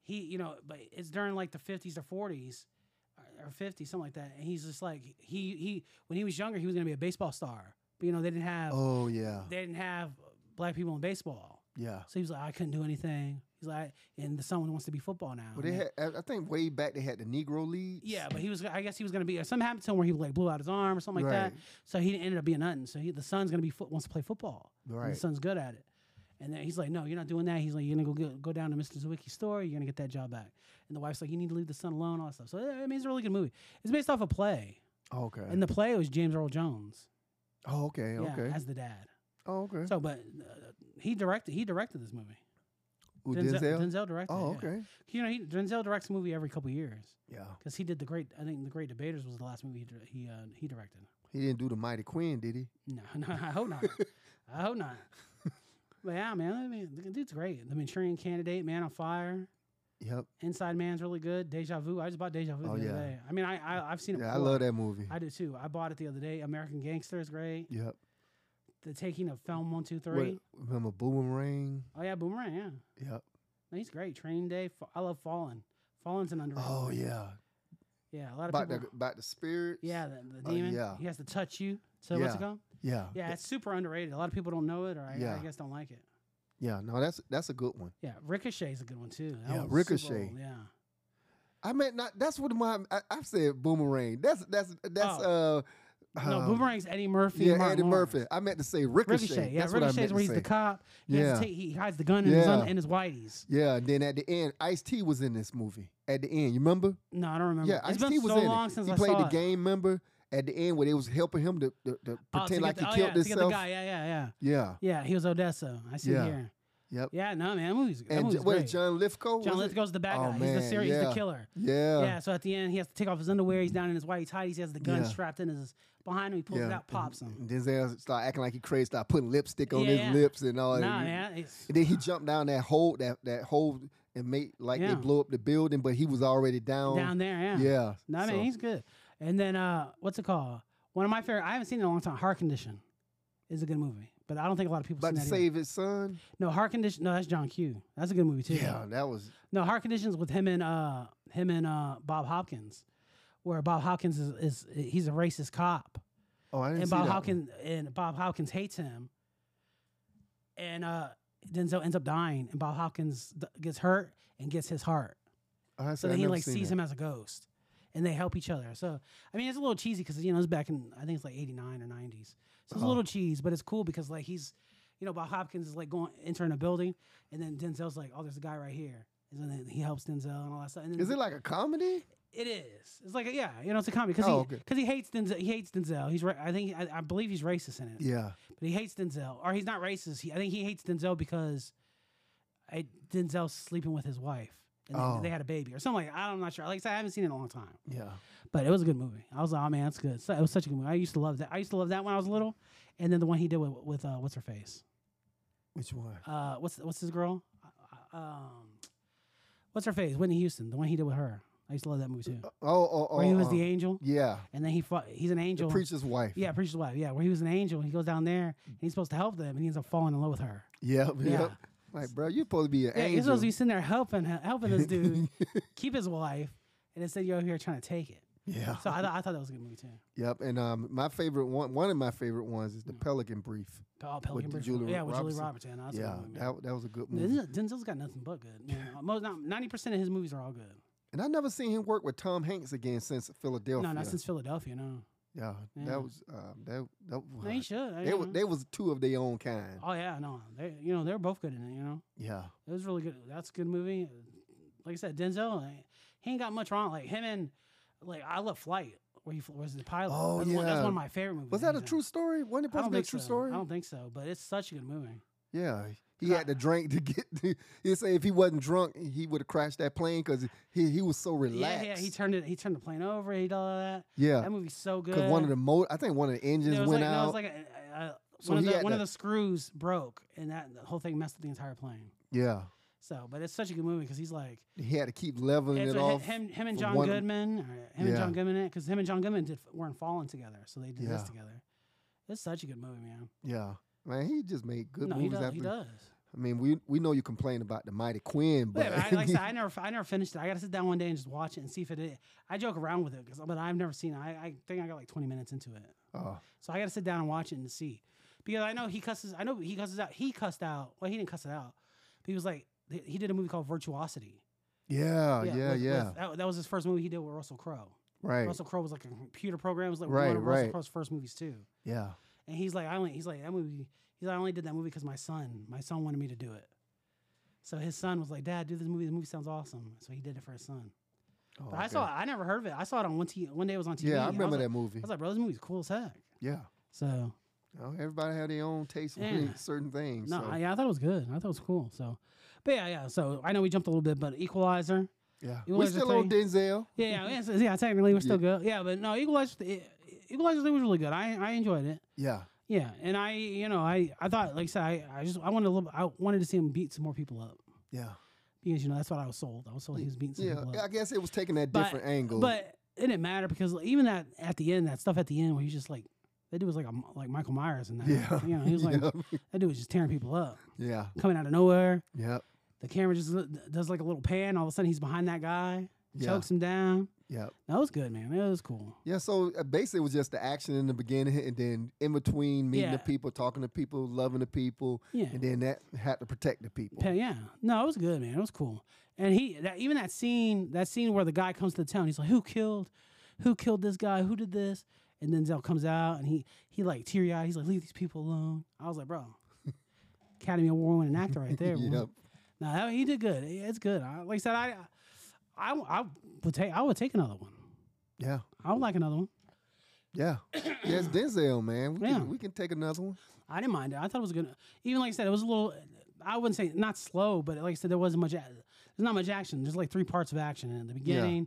Speaker 3: he, you know, but it's during like the fifties or forties, or fifties, something like that, and he's just like he he when he was younger, he was gonna be a baseball star, but you know they didn't have
Speaker 2: Oh yeah.
Speaker 3: they didn't have black people in baseball,
Speaker 2: Yeah.
Speaker 3: so he was like I couldn't do anything. He's like, and the son wants to be football now.
Speaker 2: Well,
Speaker 3: and
Speaker 2: they
Speaker 3: then-
Speaker 2: had, I I think way back they had the Negro Leagues.
Speaker 3: Oh, yeah, but he was. I guess he was gonna be. Something happened to him where he like blew out his arm or something like that.
Speaker 2: Right.
Speaker 3: So he ended up being nothing. So he, the son's gonna be foot, wants to play football. And
Speaker 2: Right.
Speaker 3: the son's good at it. And then he's like, no, you're not doing that. He's like, you're gonna go get, go down to Mr. Zwicky's store. You're gonna get that job back. And the wife's like, you need to leave the son alone. All that stuff. So yeah, I mean, it's a really good movie. It's based off a play,
Speaker 2: Oh, okay.
Speaker 3: and the play was James Earl Jones,
Speaker 2: oh okay.
Speaker 3: yeah,
Speaker 2: Okay.
Speaker 3: as the dad.
Speaker 2: Oh okay.
Speaker 3: So, but uh, he directed. He directed this movie.
Speaker 2: Ooh, Denzel.
Speaker 3: Denzel directed.
Speaker 2: Oh
Speaker 3: it, yeah.
Speaker 2: okay.
Speaker 3: You know, he, Denzel directs a movie every couple years
Speaker 2: Yeah.
Speaker 3: because he did the great. I think the Great Debaters was the last movie he dir- he, uh, he directed.
Speaker 2: He didn't do the Mighty Quinn, did he?
Speaker 3: No, <laughs> no, I hope not. I hope not. But yeah, man, I mean, the dude's great. The Manchurian Candidate, Man on Fire,
Speaker 2: Yep.
Speaker 3: Inside Man's really good. Deja Vu, I just bought Deja Vu the
Speaker 2: Oh,
Speaker 3: other
Speaker 2: yeah.
Speaker 3: day. I mean, I, I I've seen it.
Speaker 2: Yeah, I
Speaker 3: before.
Speaker 2: love that movie.
Speaker 3: I do too. I bought it the other day. American Gangster is great.
Speaker 2: yep.
Speaker 3: The Taking of Film One Two
Speaker 2: What-
Speaker 3: Three.
Speaker 2: remember Boomerang?
Speaker 3: Oh yeah, Boomerang. Yeah,
Speaker 2: Yep.
Speaker 3: No, he's great. Training Day. Fa- I love Fallen. Fallen's an underrated.
Speaker 2: Oh
Speaker 3: movie.
Speaker 2: yeah.
Speaker 3: Yeah, a lot of
Speaker 2: About the
Speaker 3: people.
Speaker 2: about the spirits.
Speaker 3: yeah, the, the
Speaker 2: Oh,
Speaker 3: demon.
Speaker 2: yeah.
Speaker 3: He has to touch you. So what's it
Speaker 2: Yeah.
Speaker 3: called?
Speaker 2: Yeah.
Speaker 3: Yeah, it's super underrated. A lot of people don't know it, or I,
Speaker 2: Yeah.
Speaker 3: I guess don't like it.
Speaker 2: Yeah. No, that's that's a good one.
Speaker 3: Yeah, Ricochet's a good one too. That
Speaker 2: Yeah,
Speaker 3: one's super
Speaker 2: Ricochet.
Speaker 3: old, Yeah.
Speaker 2: I meant not. That's what my I, I said. Boomerang. That's that's that's uh.
Speaker 3: Oh. No,
Speaker 2: um,
Speaker 3: Boomerang's Eddie Murphy.
Speaker 2: Yeah,
Speaker 3: and Martin
Speaker 2: Eddie
Speaker 3: Lawrence.
Speaker 2: Murphy. I meant to say Ricochet.
Speaker 3: Ricochet. Yeah,
Speaker 2: that's what I meant
Speaker 3: Ricochet's
Speaker 2: to
Speaker 3: where he's
Speaker 2: say.
Speaker 3: the cop. He, has
Speaker 2: Yeah.
Speaker 3: to take, he hides the gun in, his, un,
Speaker 2: Yeah.
Speaker 3: in his whiteys.
Speaker 2: Yeah, and then at the end, Ice T was in this movie. At the end, you remember?
Speaker 3: No, I don't remember.
Speaker 2: Yeah,
Speaker 3: it's
Speaker 2: Ice
Speaker 3: been
Speaker 2: T was
Speaker 3: so
Speaker 2: in
Speaker 3: long
Speaker 2: it.
Speaker 3: since
Speaker 2: he
Speaker 3: I
Speaker 2: played
Speaker 3: saw
Speaker 2: the
Speaker 3: it.
Speaker 2: game. Member at the end where they was helping him to, to, to
Speaker 3: Oh, to
Speaker 2: pretend
Speaker 3: get
Speaker 2: like
Speaker 3: the-
Speaker 2: he
Speaker 3: oh,
Speaker 2: killed
Speaker 3: yeah, to get the
Speaker 2: himself.
Speaker 3: guy. Yeah, yeah, yeah.
Speaker 2: Yeah.
Speaker 3: Yeah, he was Odessa. I see
Speaker 2: Yeah.
Speaker 3: here.
Speaker 2: Yep.
Speaker 3: Yeah, no, man, that movie's that
Speaker 2: And
Speaker 3: movie's
Speaker 2: J- what
Speaker 3: great.
Speaker 2: is John Lithgow? was
Speaker 3: John
Speaker 2: it?
Speaker 3: Lithgow's the bad
Speaker 2: Oh,
Speaker 3: guy.
Speaker 2: man,
Speaker 3: he's the series, he's
Speaker 2: yeah. Uh.
Speaker 3: the killer.
Speaker 2: Yeah.
Speaker 3: Yeah. so at the end, he has to take off his underwear. He's down in his white tighties. He has the gun
Speaker 2: Yeah.
Speaker 3: strapped in his behind him. He pulls it out, pops him.
Speaker 2: And Denzel start acting like he crazy, start putting lipstick on his
Speaker 3: Yeah.
Speaker 2: lips and all that.
Speaker 3: Nah, man, it's,
Speaker 2: And then he jumped down that hole, that that hole, and made like they
Speaker 3: Yeah.
Speaker 2: blew up the building, but he was already down.
Speaker 3: down there. Yeah.
Speaker 2: Yeah.
Speaker 3: No, I
Speaker 2: so-
Speaker 3: mean he's good. And then uh, what's it called? One of my favorite. I haven't seen it in a long time. Heart Condition is a good movie, but I don't think a lot of people
Speaker 2: about
Speaker 3: seen
Speaker 2: to
Speaker 3: that. either.
Speaker 2: save his son.
Speaker 3: No, Heart Condition. No, that's John Q. That's a good movie too.
Speaker 2: Yeah, that was
Speaker 3: No, Heart Conditions with him and uh, him and uh, Bob Hopkins, where Bob Hopkins is, is he's a racist cop,
Speaker 2: oh I didn't
Speaker 3: and
Speaker 2: see
Speaker 3: Bob
Speaker 2: that one.
Speaker 3: Hopkins and Bob Hopkins hates him, and uh, Denzel ends up dying, and Bob Hopkins d- gets hurt and gets his heart.
Speaker 2: I
Speaker 3: So
Speaker 2: said, I
Speaker 3: then he
Speaker 2: never
Speaker 3: like
Speaker 2: seen
Speaker 3: sees
Speaker 2: that.
Speaker 3: him as a ghost, and they help each other. So I mean, it's a little cheesy because you know it's back in I think it's like '89 or '90s. So it's
Speaker 2: Oh.
Speaker 3: a little cheese, but it's cool because like he's, you know, Bob Hopkins is like going entering a building, and then Denzel's like, oh, there's a guy right here, and then he helps Denzel and all that stuff. And then
Speaker 2: Is it like a comedy?
Speaker 3: it is. It's like a- yeah, you know, it's a comedy because
Speaker 2: Oh,
Speaker 3: he
Speaker 2: okay.
Speaker 3: because he hates Denzel. He hates Denzel. He's right. I think I, I believe he's racist in it,
Speaker 2: Yeah.
Speaker 3: but he hates Denzel, or he's not racist. He, I think he hates Denzel because, I, Denzel's sleeping with his wife. And they-
Speaker 2: Oh.
Speaker 3: they had a baby or something like that. I'm not sure. Like I said, I haven't seen it in a long time.
Speaker 2: Yeah.
Speaker 3: But it was a good movie. I was like, oh man, that's good. So, it was such a good movie. I used to love that. I used to love that when I was little, and then the one he did with, with uh, what's her face?
Speaker 2: Which one?
Speaker 3: Uh, what's what's his girl? Uh, um, what's her face? Whitney Houston. The one he did with her. I used to love that movie too.
Speaker 2: Oh, oh, oh.
Speaker 3: where he was
Speaker 2: oh.
Speaker 3: the angel,
Speaker 2: yeah,
Speaker 3: and then he fought. He's an
Speaker 2: the
Speaker 3: angel.
Speaker 2: preacher's wife.
Speaker 3: yeah, preacher's wife. Yeah, where he was an angel. He goes down there, and he's supposed to help them, and he ends up falling in love with her.
Speaker 2: Yep.
Speaker 3: Yeah.
Speaker 2: Yep. Like, bro, you supposed to be an
Speaker 3: Yeah, he's
Speaker 2: angel. <laughs>
Speaker 3: supposed to be sitting there helping helping this dude keep his wife, and instead you're over here trying to take it.
Speaker 2: Yeah.
Speaker 3: So I, th- I thought that was a good movie too.
Speaker 2: Yep. And um, my favorite one, one of my favorite ones is the Pelican Brief.
Speaker 3: Oh, Pelican
Speaker 2: the
Speaker 3: Brief.
Speaker 2: Julia
Speaker 3: yeah, with Julie
Speaker 2: Robertson.
Speaker 3: Roberts. Yeah, that was a
Speaker 2: yeah,
Speaker 3: good movie.
Speaker 2: that that was a good
Speaker 3: This
Speaker 2: movie.
Speaker 3: is- Denzel's got nothing but good. man. Most ninety percent of his movies are all good.
Speaker 2: And I never seen him work with Tom Hanks again since Philadelphia.
Speaker 3: No, not since Philadelphia. No,
Speaker 2: yeah,
Speaker 3: Yeah.
Speaker 2: that was um, that that.
Speaker 3: no he should. I-
Speaker 2: they
Speaker 3: you
Speaker 2: was
Speaker 3: know.
Speaker 2: they was two of their own kind.
Speaker 3: oh yeah, no, they you know they're both good in it. You know,
Speaker 2: Yeah,
Speaker 3: it was really good. That's a good movie. Like I said, Denzel, like, he ain't got much wrong. Like him and like I love Flight, where he fl- was the pilot.
Speaker 2: Oh,
Speaker 3: that's One, that's
Speaker 2: yeah.
Speaker 3: one of my favorite movies.
Speaker 2: was that a
Speaker 3: he's in.
Speaker 2: true story? Wasn't it
Speaker 3: I
Speaker 2: supposed
Speaker 3: don't
Speaker 2: to be a
Speaker 3: think
Speaker 2: true
Speaker 3: so.
Speaker 2: story?
Speaker 3: I don't think so, but it's such a good movie.
Speaker 2: Yeah, he
Speaker 3: 'Cause
Speaker 2: had
Speaker 3: I-
Speaker 2: to drink to get. <laughs> To, he say if he wasn't drunk, he would have crashed that plane because he he was so relaxed.
Speaker 3: Yeah, yeah. He turned it. He turned the plane over. He did all that. That movie's so good.
Speaker 2: because Uh, one of the mo- I think one of the engines
Speaker 3: There was
Speaker 2: went
Speaker 3: like, no, it
Speaker 2: out.
Speaker 3: was like a, a, a-
Speaker 2: So
Speaker 3: one, of
Speaker 2: he
Speaker 3: the,
Speaker 2: had
Speaker 3: one of
Speaker 2: to-
Speaker 3: the screws broke, and that the whole thing messed up the entire plane.
Speaker 2: yeah,
Speaker 3: So, but it's such a good movie because he's like
Speaker 2: he had to keep leveling
Speaker 3: it's
Speaker 2: it
Speaker 3: a-
Speaker 2: off.
Speaker 3: him, him and
Speaker 2: for
Speaker 3: John
Speaker 2: one-
Speaker 3: Goodman, or him and
Speaker 2: Yeah.
Speaker 3: John Goodman, because him and John Goodman did weren't falling together, so they did this
Speaker 2: Yeah.
Speaker 3: together. It's such a good movie, man.
Speaker 2: yeah, man, he just made good
Speaker 3: no, he
Speaker 2: movies
Speaker 3: does.
Speaker 2: after.
Speaker 3: He does.
Speaker 2: I mean, we we know you complain about the Mighty Quinn,
Speaker 3: But
Speaker 2: but
Speaker 3: I, like
Speaker 2: <laughs>
Speaker 3: I said, I never, I never finished it. I got to sit down one day and just watch it and see if it. Is. I joke around with it, 'cause- but I've never seen. it. I, I think I got like twenty minutes into it.
Speaker 2: Oh,
Speaker 3: So I got to sit down and watch it and see, because I know he cusses. I know he cusses out. He cussed out. Well, he didn't cuss it out. But he was like, he- he did a movie called
Speaker 2: Oh,
Speaker 3: Virtuosity.
Speaker 2: yeah, yeah, yeah,
Speaker 3: with- with- that, that was his first movie he did with Russell Crowe.
Speaker 2: right,
Speaker 3: Russell Crowe was like a computer program. It was like
Speaker 2: Right,
Speaker 3: one of Russell
Speaker 2: right.
Speaker 3: Crowe's first movies too.
Speaker 2: yeah,
Speaker 3: And he's like, I only, he's like that movie. He's like, I only did that movie because my son, my son wanted me to do it. So his son was like, Dad, do this movie. The movie sounds awesome. So he did it for his son.
Speaker 2: Oh,
Speaker 3: But I
Speaker 2: okay.
Speaker 3: saw, it. I never heard of it. I saw it on one t- one day. It was on TV.
Speaker 2: Yeah, I
Speaker 3: was
Speaker 2: remember
Speaker 3: like-
Speaker 2: that movie.
Speaker 3: I was like, bro, this movie's cool as heck.
Speaker 2: yeah,
Speaker 3: So
Speaker 2: Oh, everybody had their own taste
Speaker 3: Yeah.
Speaker 2: in <laughs> certain things.
Speaker 3: No,
Speaker 2: so,
Speaker 3: I, yeah, I thought it was good. I thought it was cool. So, but yeah, yeah. So I know we jumped a little bit, but Equalizer.
Speaker 2: yeah,
Speaker 3: You
Speaker 2: we
Speaker 3: wanted to
Speaker 2: still on
Speaker 3: say-
Speaker 2: Denzel.
Speaker 3: Yeah,
Speaker 2: <laughs>
Speaker 3: yeah, yeah, so- yeah. Technically, we're still good. Yeah, but no, Equalizer. It, Equalizer thing was really good. I I enjoyed it.
Speaker 2: Yeah,
Speaker 3: Yeah, and I you know I I thought like I said I, I just I wanted a little I wanted to see him beat some more people up
Speaker 2: yeah,
Speaker 3: because you know that's what I was sold. I was sold he was beating some
Speaker 2: yeah.
Speaker 3: people up.
Speaker 2: I guess it was taking that
Speaker 3: But-
Speaker 2: different angle.
Speaker 3: But it didn't matter because like, even that at the end, that stuff at the end where he's just like that dude was like a, like Michael Myers and
Speaker 2: <laughs>
Speaker 3: that.
Speaker 2: yeah,
Speaker 3: You
Speaker 2: <laughs>
Speaker 3: know, he was like
Speaker 2: yeah,
Speaker 3: that dude was just tearing people up,
Speaker 2: yeah,
Speaker 3: coming out of nowhere.
Speaker 2: yeah,
Speaker 3: the camera just l- does like a little pan. All of a sudden, he's behind that guy,
Speaker 2: Yeah.
Speaker 3: chokes him down.
Speaker 2: yeah.
Speaker 3: That was good, man. That was cool.
Speaker 2: Yeah, so uh, basically it was just the action in the beginning and then in between meeting the
Speaker 3: Yeah.
Speaker 2: people, talking to people, loving the people,
Speaker 3: Yeah,
Speaker 2: and then that had to protect the people.
Speaker 3: Pa- yeah. No, it was good, man. It was cool. And he that, even that scene, that scene where the guy comes to the town, he's like, "Who killed? Who killed this guy? Who did this?" And then Zell comes out and he he like teary eyed. He's like, "Leave these people alone." I was like, "Bro, Academy Award winning actor right there." bro."
Speaker 2: Yep.
Speaker 3: No, that, he did good. Yeah, It's good. I, like I said, I, I I would take I would take another one.
Speaker 2: Yeah.
Speaker 3: I would like another one.
Speaker 2: Yeah. yes, Denzel, man. We,
Speaker 3: Yeah.
Speaker 2: can, we can take another one.
Speaker 3: I didn't mind it. I thought it was good. Even like I said, it was a little. I wouldn't say not slow, but like I said, there wasn't much. a- There's not much action. There's like three parts of action in it. the beginning,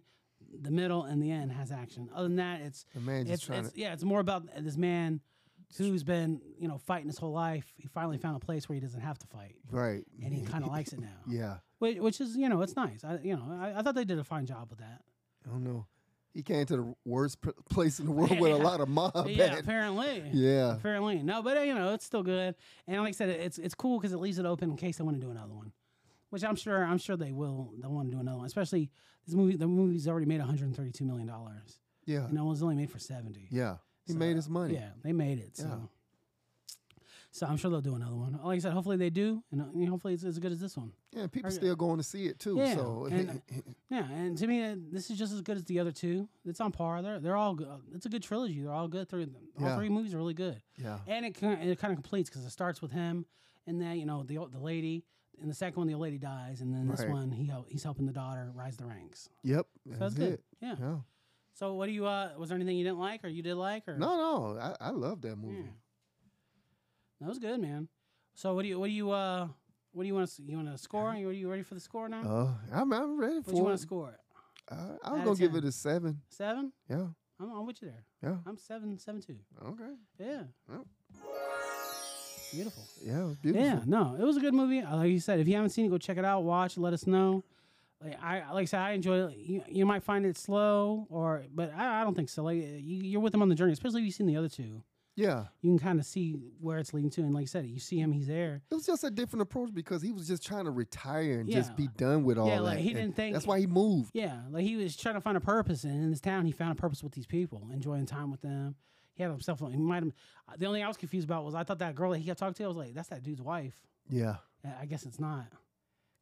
Speaker 3: the middle, and the end has action. Other than that, it's
Speaker 2: The man just
Speaker 3: it's,
Speaker 2: trying
Speaker 3: it's
Speaker 2: to
Speaker 3: yeah, it's more about this man who's been you know fighting his whole life. He finally found a place where he doesn't have to fight,
Speaker 2: Right.
Speaker 3: and he kind of likes it now.
Speaker 2: <laughs> Yeah.
Speaker 3: Which, which is you know it's nice. I you know I, I thought they did a fine job with that.
Speaker 2: I don't know. He came to the worst p- place in the world with a
Speaker 3: <laughs> Yeah.
Speaker 2: lot of mob.
Speaker 3: yeah,
Speaker 2: at it.
Speaker 3: apparently.
Speaker 2: <laughs> yeah.
Speaker 3: Apparently no, but uh, you know it's still good. And like I said, it's it's cool because it leaves it open in case they want to do another one, which I'm sure I'm sure they will. They want to do another one, especially this movie. The movie's already made 132 million dollars,
Speaker 2: Yeah.
Speaker 3: and it was only made for 70.
Speaker 2: Uh, Yeah. He
Speaker 3: So,
Speaker 2: made his money.
Speaker 3: Yeah, they made it. So.
Speaker 2: Yeah.
Speaker 3: So I'm sure they'll do another one. Like I said, hopefully they do, and uh, you know, hopefully it's as good as this one.
Speaker 2: Yeah, and people
Speaker 3: Are-
Speaker 2: still going to see it too.
Speaker 3: Yeah,
Speaker 2: So <laughs>
Speaker 3: and- uh, Yeah, and to me, uh, this is just as good as the other two. It's on par. They're they're all good. It's a good trilogy. They're all good. Three, all
Speaker 2: Yeah.
Speaker 3: three movies are really good.
Speaker 2: yeah.
Speaker 3: and it kind of, it kind of completes because it starts with him, and then you know the the lady. In the second one, the lady dies, and then this
Speaker 2: Right.
Speaker 3: one, he hel- he's helping the daughter rise the ranks.
Speaker 2: Yep.
Speaker 3: So
Speaker 2: That's,
Speaker 3: good.
Speaker 2: it.
Speaker 3: Yeah.
Speaker 2: Yeah.
Speaker 3: So, what do you? uh Was there anything you didn't like, or you did like, or
Speaker 2: No, no. I, I love that
Speaker 3: Yeah.
Speaker 2: movie.
Speaker 3: That was good, man. So, what do you? What do you? uh What do you want to? You want to score? You, are you ready for the score now?
Speaker 2: Uh, I'm, I'm ready
Speaker 3: what do Mm-hmm. you
Speaker 2: for
Speaker 3: want
Speaker 2: it.
Speaker 3: to score?
Speaker 2: I, I was
Speaker 3: out of
Speaker 2: going to give
Speaker 3: 10?
Speaker 2: it a seven.
Speaker 3: Seven.
Speaker 2: Yeah.
Speaker 3: I'm, I'm with you there.
Speaker 2: Yeah.
Speaker 3: I'm seven, seven two.
Speaker 2: Okay.
Speaker 3: Yeah.
Speaker 2: Yep.
Speaker 3: Beautiful.
Speaker 2: Yeah. It was beautiful.
Speaker 3: Yeah, no, it was a good movie. Uh, Like you said, if you haven't seen it, go check it out. Watch, let us know. Like I, like I said, I enjoyed it. You, you might find it slow, or but I, I don't think so. Like you, you're with them on the journey, especially if you've seen the other two.
Speaker 2: Yeah.
Speaker 3: you can kind of see where it's leading to. And like I said, you see him, he's there.
Speaker 2: It was just a different approach because he was just trying to retire and
Speaker 3: Yeah.
Speaker 2: just be done with all
Speaker 3: Yeah,
Speaker 2: that.
Speaker 3: like, he
Speaker 2: and
Speaker 3: didn't think-
Speaker 2: that's why he moved.
Speaker 3: Yeah, like he was trying to find a purpose, and in this town, he found a purpose with these people, enjoying time with them. He had himself. He might have. The only thing I was confused about was I thought that girl that he kept talking to, I was like, that's that dude's wife.
Speaker 2: Yeah.
Speaker 3: Uh, I guess it's not.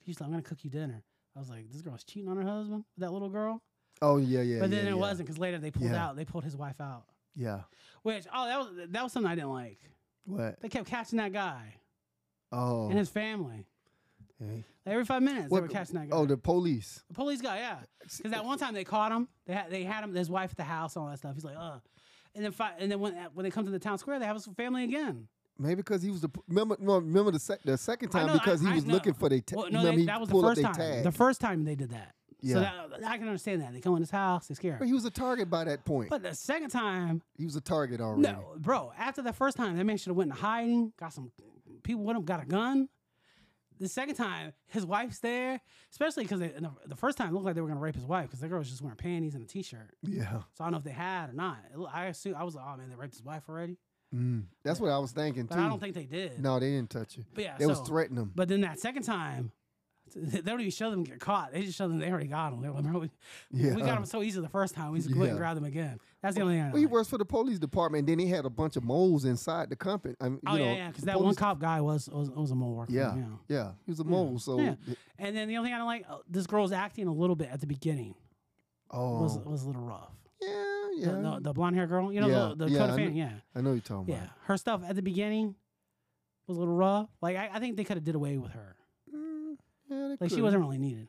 Speaker 3: He's like, I'm gonna cook you dinner. I was like, this girl's cheating on her husband, with that little girl.
Speaker 2: Oh yeah, yeah.
Speaker 3: but
Speaker 2: yeah,
Speaker 3: then
Speaker 2: yeah.
Speaker 3: it wasn't because later they pulled
Speaker 2: Yeah.
Speaker 3: out. They pulled his wife out.
Speaker 2: Yeah.
Speaker 3: Which oh that was that was something I didn't like.
Speaker 2: What?
Speaker 3: They kept catching that guy
Speaker 2: Oh.
Speaker 3: and his family.
Speaker 2: hey.
Speaker 3: Like, every five minutes
Speaker 2: What-
Speaker 3: they were catching that guy.
Speaker 2: Oh, the police.
Speaker 3: The police guy, yeah. Because that one time they caught him. They had they had him his wife at the house and all that stuff. He's like, uh. And then fi- and then when when they come to the town square, they have his family again.
Speaker 2: Maybe because he was the remember no remember the sec, the second time
Speaker 3: know,
Speaker 2: because
Speaker 3: I-
Speaker 2: he
Speaker 3: I
Speaker 2: was
Speaker 3: know.
Speaker 2: looking for their tag.
Speaker 3: Well, no,
Speaker 2: remember
Speaker 3: they,
Speaker 2: he
Speaker 3: that was the
Speaker 2: pulled
Speaker 3: first
Speaker 2: up
Speaker 3: time.
Speaker 2: their tag.
Speaker 3: The first time they did that. So
Speaker 2: Yeah.
Speaker 3: that, I can understand that. They come in his house, they scare
Speaker 2: But
Speaker 3: him.
Speaker 2: he was a target by that point.
Speaker 3: But the second time,
Speaker 2: he was a target already.
Speaker 3: no, bro. After the first time, that man should have went into hiding. Got some people with him. Got a gun. The second time, his wife's there, especially because the, the first time it looked like they were gonna rape his wife because the girl was just wearing panties and a t-shirt.
Speaker 2: Yeah.
Speaker 3: So I don't know if they had or not. It look- I assume I was like, oh man, they raped his wife already,
Speaker 2: Mm. That's what I was thinking
Speaker 3: but
Speaker 2: too.
Speaker 3: I don't think they did.
Speaker 2: Hmm. no, they didn't touch you.
Speaker 3: but yeah,
Speaker 2: They was
Speaker 3: so-
Speaker 2: threatening him.
Speaker 3: But then that second time, they don't even show them get caught. They just show them they already got him. They're like, <laughs> "Bro, we,
Speaker 2: Yeah.
Speaker 3: we got him so easy the first time. We just go ahead and
Speaker 2: Yeah.
Speaker 3: grab them again. That's the only thing. I
Speaker 2: Well, he
Speaker 3: like.
Speaker 2: works for the police department. Then he had a bunch of moles inside the company. I mean,
Speaker 3: Oh
Speaker 2: you know,
Speaker 3: yeah, yeah, because
Speaker 2: the
Speaker 3: that one
Speaker 2: police-
Speaker 3: cop guy was was, was a mole worker.
Speaker 2: Yeah,
Speaker 3: yeah.
Speaker 2: yeah, he was a mole. So,
Speaker 3: Yeah.
Speaker 2: th-
Speaker 3: And then the only thing I don't like, uh, this girl's acting a little bit at the beginning
Speaker 2: oh,
Speaker 3: was was a little rough.
Speaker 2: yeah,
Speaker 3: The-
Speaker 2: yeah.
Speaker 3: The, the, blonde hair girl, you know,
Speaker 2: Yeah,
Speaker 3: the, the
Speaker 2: yeah,
Speaker 3: Dakota
Speaker 2: I
Speaker 3: Fanning,
Speaker 2: kn- oh,
Speaker 3: yeah,
Speaker 2: I know you're talking
Speaker 3: yeah.
Speaker 2: about.
Speaker 3: Her stuff at the beginning was a little rough. Like I, I think they could have did away with her.
Speaker 2: Mm, yeah, they
Speaker 3: Like she
Speaker 2: coulda.
Speaker 3: wasn't really needed.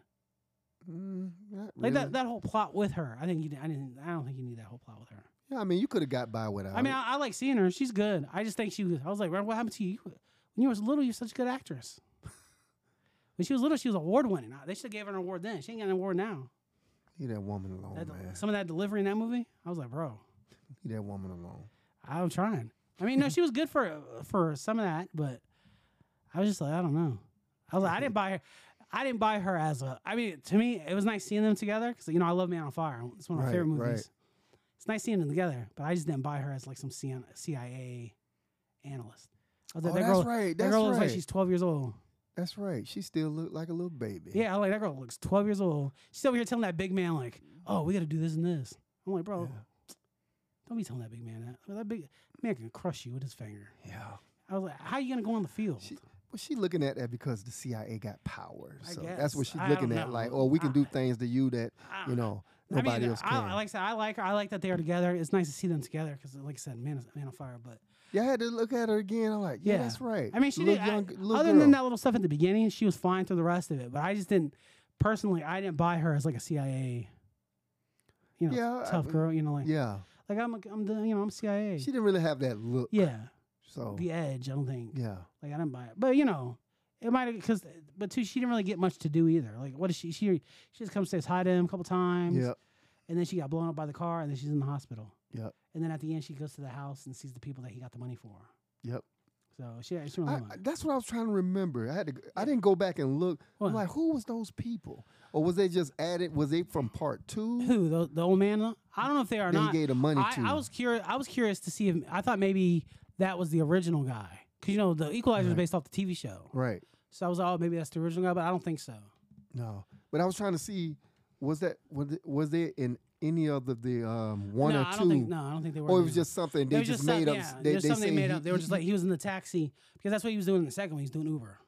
Speaker 2: Mm, not
Speaker 3: Like
Speaker 2: really.
Speaker 3: that, that whole plot with her, I think you, did- I didn't, I don't think you need that whole plot with her.
Speaker 2: Yeah, I mean, you could have got by without.
Speaker 3: I mean,
Speaker 2: it.
Speaker 3: I, I like seeing her. She's good. I just think she was. I was like, "Ren, what happened to you when you was little? You're such a good actress. <laughs> when she was little, she was award winning. They should have gave her an award then. She ain't got an award now.
Speaker 2: leave that woman alone,
Speaker 3: That-
Speaker 2: Oh, man.
Speaker 3: some of that delivery in that movie, I was like, bro,
Speaker 2: leave that woman alone.
Speaker 3: I'm trying. I mean, no, she was good for for some of that, but I was just like, I don't know. I was like, I didn't buy her. I didn't buy her as a. I mean, to me, it was nice seeing them together because you know I love Man on Fire. It's one of my
Speaker 2: Right,
Speaker 3: favorite movies.
Speaker 2: right.
Speaker 3: It's nice seeing them together, but I just didn't buy her as like some CN CIA analyst. I was
Speaker 2: Oh,
Speaker 3: like, that
Speaker 2: that's
Speaker 3: girl,
Speaker 2: right.
Speaker 3: that
Speaker 2: That's
Speaker 3: girl looks like
Speaker 2: right.
Speaker 3: she's 12 years old.
Speaker 2: that's right. She still looked like a little baby.
Speaker 3: Yeah, I'm like that girl looks 12 years old. She's over here telling that big man like, "Oh, we got to do this and this." I'm like, bro,
Speaker 2: Yeah.
Speaker 3: don't be telling that big man that. I mean, that big man can crush you with his finger.
Speaker 2: yeah.
Speaker 3: I was like, how you gonna go on the field?
Speaker 2: She, well, she looking at that because the CIA got power.
Speaker 3: I
Speaker 2: So that's what
Speaker 3: guess.
Speaker 2: she's
Speaker 3: I
Speaker 2: looking
Speaker 3: don't
Speaker 2: at.
Speaker 3: know.
Speaker 2: Like, oh, we can
Speaker 3: I-
Speaker 2: do things to you that
Speaker 3: I <laughs>
Speaker 2: you
Speaker 3: don't
Speaker 2: know
Speaker 3: Ah. I
Speaker 2: nobody
Speaker 3: mean,
Speaker 2: else can.
Speaker 3: I, like I said, I like her. I like that they are together. It's nice to see them together because, like I said, man, is- man on fire. But
Speaker 2: yeah, I had to look at her again. I'm like, yeah,
Speaker 3: Yeah.
Speaker 2: that's right.
Speaker 3: I mean, she
Speaker 2: Little
Speaker 3: did.
Speaker 2: young-
Speaker 3: I,
Speaker 2: little
Speaker 3: other
Speaker 2: girl.
Speaker 3: than that little stuff at the beginning, she was fine through the rest of it. But I just didn't personally. I didn't buy her as like a CIA, you know,
Speaker 2: Yeah, I
Speaker 3: tough
Speaker 2: mean,
Speaker 3: girl. You know, like
Speaker 2: Yeah,
Speaker 3: like I'm a, I'm the you know I'm CIA.
Speaker 2: she didn't really have that look.
Speaker 3: yeah,
Speaker 2: So
Speaker 3: the edge. I don't think.
Speaker 2: yeah,
Speaker 3: Like I didn't buy it, but you know, it might have because but too she didn't really get much to do either. Like what is she? She she just comes says hi to him a couple times.
Speaker 2: yeah,
Speaker 3: and then she got blown up by the car, and then she's in the hospital.
Speaker 2: Yep.
Speaker 3: And then at the end, she goes to the house and sees the people that he got the money for.
Speaker 2: Yep.
Speaker 3: So she, she didn't
Speaker 2: I,
Speaker 3: really
Speaker 2: I-
Speaker 3: much.
Speaker 2: that's what I was trying to remember. I had to. g- I didn't go back and look.
Speaker 3: What?
Speaker 2: I'm like, who was those people, or was they just added? Was they from part two?
Speaker 3: Who the, the old man? I don't know if they are
Speaker 2: that
Speaker 3: not.
Speaker 2: he gave the money
Speaker 3: I,
Speaker 2: to.
Speaker 3: I was curious. I was curious to see if I thought maybe that was the original guy because you know the Equalizer is
Speaker 2: Right.
Speaker 3: based off the TV show.
Speaker 2: right.
Speaker 3: So I was like, oh, maybe that's the original guy, but I don't think so.
Speaker 2: No, but I was trying to see was that was it, was there in any of the, the um one
Speaker 3: no,
Speaker 2: or
Speaker 3: I
Speaker 2: two,
Speaker 3: don't think. No, I don't think they were.
Speaker 2: or it
Speaker 3: in
Speaker 2: was
Speaker 3: there.
Speaker 2: just something
Speaker 3: It
Speaker 2: they
Speaker 3: was
Speaker 2: just
Speaker 3: some-
Speaker 2: made up.
Speaker 3: yeah,
Speaker 2: They,
Speaker 3: it was
Speaker 2: they
Speaker 3: something
Speaker 2: say
Speaker 3: made
Speaker 2: he-
Speaker 3: up. They were
Speaker 2: he-
Speaker 3: just like he was in the taxi because that's what he was doing in the second one. He was doing Uber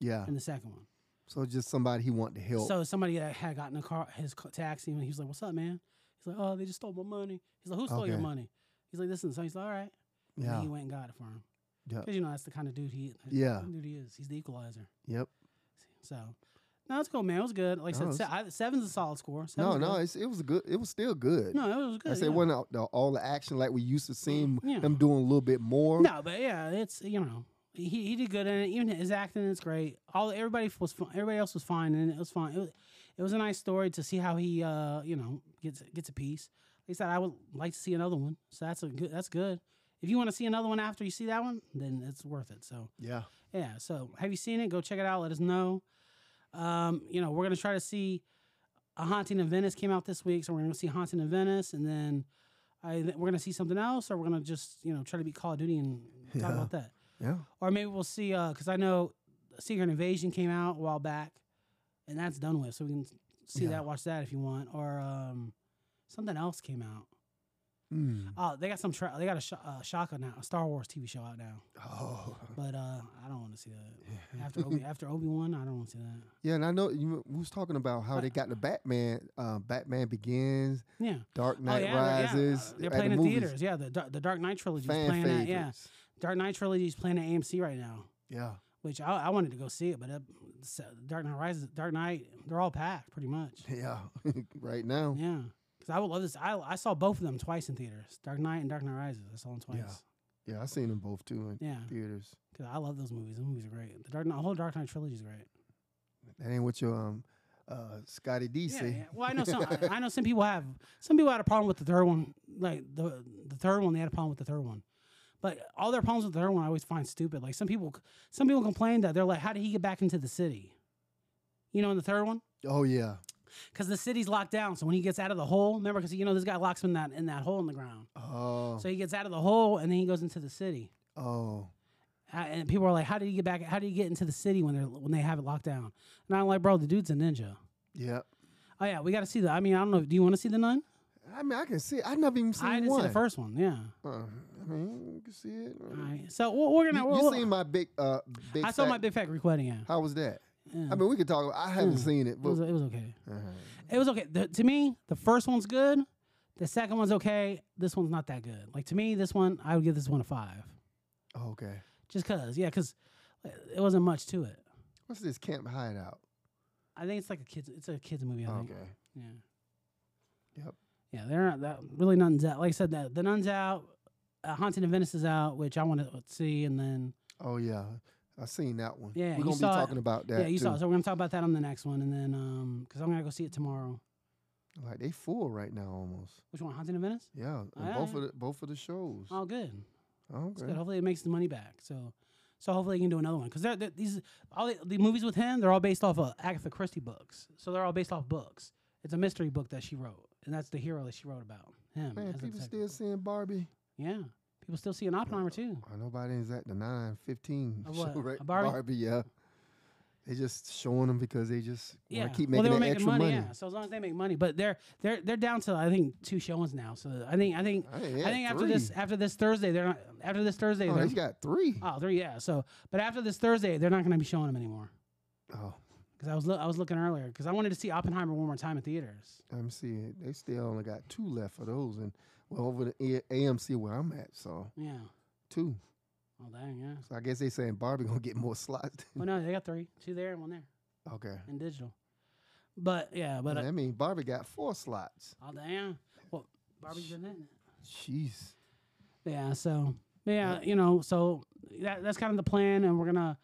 Speaker 2: yeah.
Speaker 3: in the second one.
Speaker 2: So just somebody he wanted to help.
Speaker 3: So somebody that had gotten a car, his ca- taxi, and he was like, "What's up, man?" He's like, "Oh, they just stole my money." He's like, "Who stole your
Speaker 2: Okay.
Speaker 3: money?" He's like, "Listen." So he's like, "All right." And then
Speaker 2: yeah.
Speaker 3: he went and got it for him.
Speaker 2: Yeah.
Speaker 3: Because you know that's the kind of dude he. that
Speaker 2: Yeah.
Speaker 3: Dude he is. He's the equalizer.
Speaker 2: Yep.
Speaker 3: So. No, it's cool, man. It was good. Like I
Speaker 2: No,
Speaker 3: said, se- I, seven's a solid score.
Speaker 2: No,
Speaker 3: Seven's
Speaker 2: no,
Speaker 3: good.
Speaker 2: it's, it was good. It was still good.
Speaker 3: no, it was good.
Speaker 2: I said
Speaker 3: yeah.
Speaker 2: it wasn't all the, all the action like we used to seeing
Speaker 3: Yeah.
Speaker 2: them doing a little bit more.
Speaker 3: No, but yeah, it's you know he, he did good in it. Even his acting is great. All everybody was fi- everybody else was fine and it was fine. It was, it was a nice story to see how he uh you know gets gets a piece. Like I said, I would like to see another one. So that's a good that's good. If you want to see another one after you see that one, then it's worth it. So
Speaker 2: Yeah.
Speaker 3: yeah. So have you seen it? Go check it out. Let us know. Um, you know, we're gonna try to see a haunting in Venice came out this week, so we're gonna see haunting in Venice, and then I, we're gonna see something else, or we're gonna just you know try to beat Call of Duty and talk
Speaker 2: Yeah.
Speaker 3: about that,
Speaker 2: Yeah.
Speaker 3: or maybe we'll see because I know Secret Invasion came out a while back, and that's done with, so we can see
Speaker 2: Yeah.
Speaker 3: that, watch that if you want, or um, something else came out.
Speaker 2: Mm.
Speaker 3: Oh, they got some tra- they got a sh- uh, Shaka now, a Star Wars TV show out now,
Speaker 2: Oh.
Speaker 3: but uh, I don't want to see that after Obi- after Obi Wan, I don't want to see that.
Speaker 2: Yeah, and I know you we was talking about how they got the Batman, uh, Batman Begins,
Speaker 3: Yeah.
Speaker 2: Dark Knight
Speaker 3: oh, yeah, they're- yeah, uh,
Speaker 2: Rises.
Speaker 3: They're
Speaker 2: at
Speaker 3: playing
Speaker 2: the
Speaker 3: in
Speaker 2: movies.
Speaker 3: theaters. Yeah, the Dar- the Dark Knight trilogy is
Speaker 2: Fan
Speaker 3: playing at yeah.
Speaker 2: favorites.
Speaker 3: Dark Knight trilogy is playing at AMC right now,
Speaker 2: Yeah. <laughs>
Speaker 3: which I, I wanted to go see it, but uh, s- Dark Knight Rises, Dark Knight, they're all packed pretty much.
Speaker 2: Yeah. <laughs> right now.
Speaker 3: Yeah, because I would love this. I I saw both of them twice in theaters, Dark Knight and Dark Knight Rises. I saw them twice.
Speaker 2: Yeah. Yeah, I seen them both too in
Speaker 3: Yeah,
Speaker 2: theaters.
Speaker 3: because I love those movies. Those movies are great. The Dark Knight, the whole Dark Knight trilogy is great.
Speaker 2: That ain't what your um uh Scotty D
Speaker 3: Yeah,
Speaker 2: say.
Speaker 3: yeah. Well, I know some. I, I know some people have. Some people had a problem with the third one. Like the the third one, they had a problem with the third one. But all their problems with the third one, I always find stupid. Like some people, some people complain that they're like, "How did he get back into the city?" You know, in the third one,
Speaker 2: Oh yeah.
Speaker 3: because the city's locked down. So when he gets out of the hole, remember, because you know this guy locks him in that in that hole in the ground.
Speaker 2: Oh.
Speaker 3: So he gets out of the hole and then he goes into the city.
Speaker 2: oh.
Speaker 3: Uh, and people are like, "How did he get back? How did he get into the city when they're when they have it locked down?" And I'm like, "Bro, the dude's a ninja."
Speaker 2: Yeah.
Speaker 3: Oh yeah, we got to see the. I mean, I don't know. Do you want to see the nun?
Speaker 2: I mean, I can see. It. I never even seen
Speaker 3: I didn't
Speaker 2: one.
Speaker 3: see the first one. Yeah.
Speaker 2: Uh, I mean, you can see it.
Speaker 3: All right. So we're, we're
Speaker 2: You,
Speaker 3: gonna.
Speaker 2: you
Speaker 3: we're-
Speaker 2: seen my big uh big?
Speaker 3: I saw
Speaker 2: fat-
Speaker 3: my big fat Greek wedding. Yeah.
Speaker 2: How was that?
Speaker 3: Yeah.
Speaker 2: I mean, we could talk. about I haven't
Speaker 3: Mm.
Speaker 2: seen it,
Speaker 3: it,
Speaker 2: but
Speaker 3: was, it was okay.
Speaker 2: Uh-huh.
Speaker 3: It was okay. The, to me, the first one's good. The second one's okay. This one's not that good. Like to me, this one I would give this one a five,
Speaker 2: Oh, okay.
Speaker 3: just cause. Yeah, cause it wasn't much to it.
Speaker 2: What's this camp hideout?
Speaker 3: I think it's like a kids. It's a kids movie. I think.
Speaker 2: okay.
Speaker 3: Yeah.
Speaker 2: Yep.
Speaker 3: Yeah, they're not that really nuns out. Like I said, the, the nuns out. Uh, Haunting of Venice is out, which I want to see, and then
Speaker 2: Oh yeah, I seen that one.
Speaker 3: Yeah,
Speaker 2: we're
Speaker 3: you
Speaker 2: gonna be
Speaker 3: saw it.
Speaker 2: talking about that.
Speaker 3: yeah, you
Speaker 2: too.
Speaker 3: saw. it. So we're gonna talk about that on the next one, and then um, because I'm gonna go see it tomorrow.
Speaker 2: Like they full right now almost.
Speaker 3: Which one, Haunting of Venice?
Speaker 2: Yeah, and
Speaker 3: Ah,
Speaker 2: both
Speaker 3: yeah.
Speaker 2: of the, both of the shows.
Speaker 3: Oh, good. It's
Speaker 2: okay.
Speaker 3: good. Hopefully, it makes the money back. So, so hopefully, he can do another one because they're, they're- these all the, the movies with him. They're all based off of Agatha Christie books. So they're all based off books. It's a mystery book that she wrote, and that's the hero that she wrote about him.
Speaker 2: Man,
Speaker 3: as a
Speaker 2: people
Speaker 3: detective.
Speaker 2: still seeing Barbie.
Speaker 3: yeah, people still see an Oppenheimer too.
Speaker 2: I know nobody's at the nine fifteen
Speaker 3: Of
Speaker 2: show
Speaker 3: what?
Speaker 2: right.
Speaker 3: A Barbie?
Speaker 2: yeah. They just showing them because they just
Speaker 3: Yeah,
Speaker 2: want to keep
Speaker 3: well,
Speaker 2: making
Speaker 3: they were
Speaker 2: that
Speaker 3: making
Speaker 2: extra
Speaker 3: money,
Speaker 2: money.
Speaker 3: Yeah, so as long as they make money, but they're they're they're down to I think two showings now. So I think I think
Speaker 2: I think,
Speaker 3: I think after this after this Thursday they're not after this Thursday
Speaker 2: oh,
Speaker 3: they're
Speaker 2: he's got three.
Speaker 3: oh three yeah. So but after this Thursday they're not going to be showing them anymore.
Speaker 2: Oh,
Speaker 3: Because I was loo- I was looking earlier because I wanted to see Oppenheimer one more time in theaters.
Speaker 2: I'm seeing they still only got two left for those, and well over the A- AMC where I'm at, so
Speaker 3: Yeah.
Speaker 2: two.
Speaker 3: Oh dang, yeah.
Speaker 2: So I guess they saying Barbie gonna get more <laughs> slots.
Speaker 3: Well, no, they got three, two there and one there
Speaker 2: okay,
Speaker 3: in digital. But yeah, but
Speaker 2: but
Speaker 3: uh,
Speaker 2: I mean Barbie got four slots.
Speaker 3: oh damn. Well, Barbie's been in it.
Speaker 2: Jeez.
Speaker 3: Yeah. So yeah, you know, so that that's kind of the plan, and we're gonna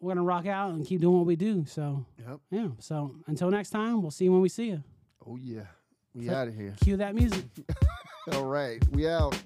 Speaker 3: we're gonna rock out and keep doing what we do. So
Speaker 2: Yep.
Speaker 3: yeah. So until next time, we'll see you when we see you.
Speaker 2: Oh yeah. We
Speaker 3: Cut.
Speaker 2: out of here.
Speaker 3: Cue that music.
Speaker 2: All right. We out.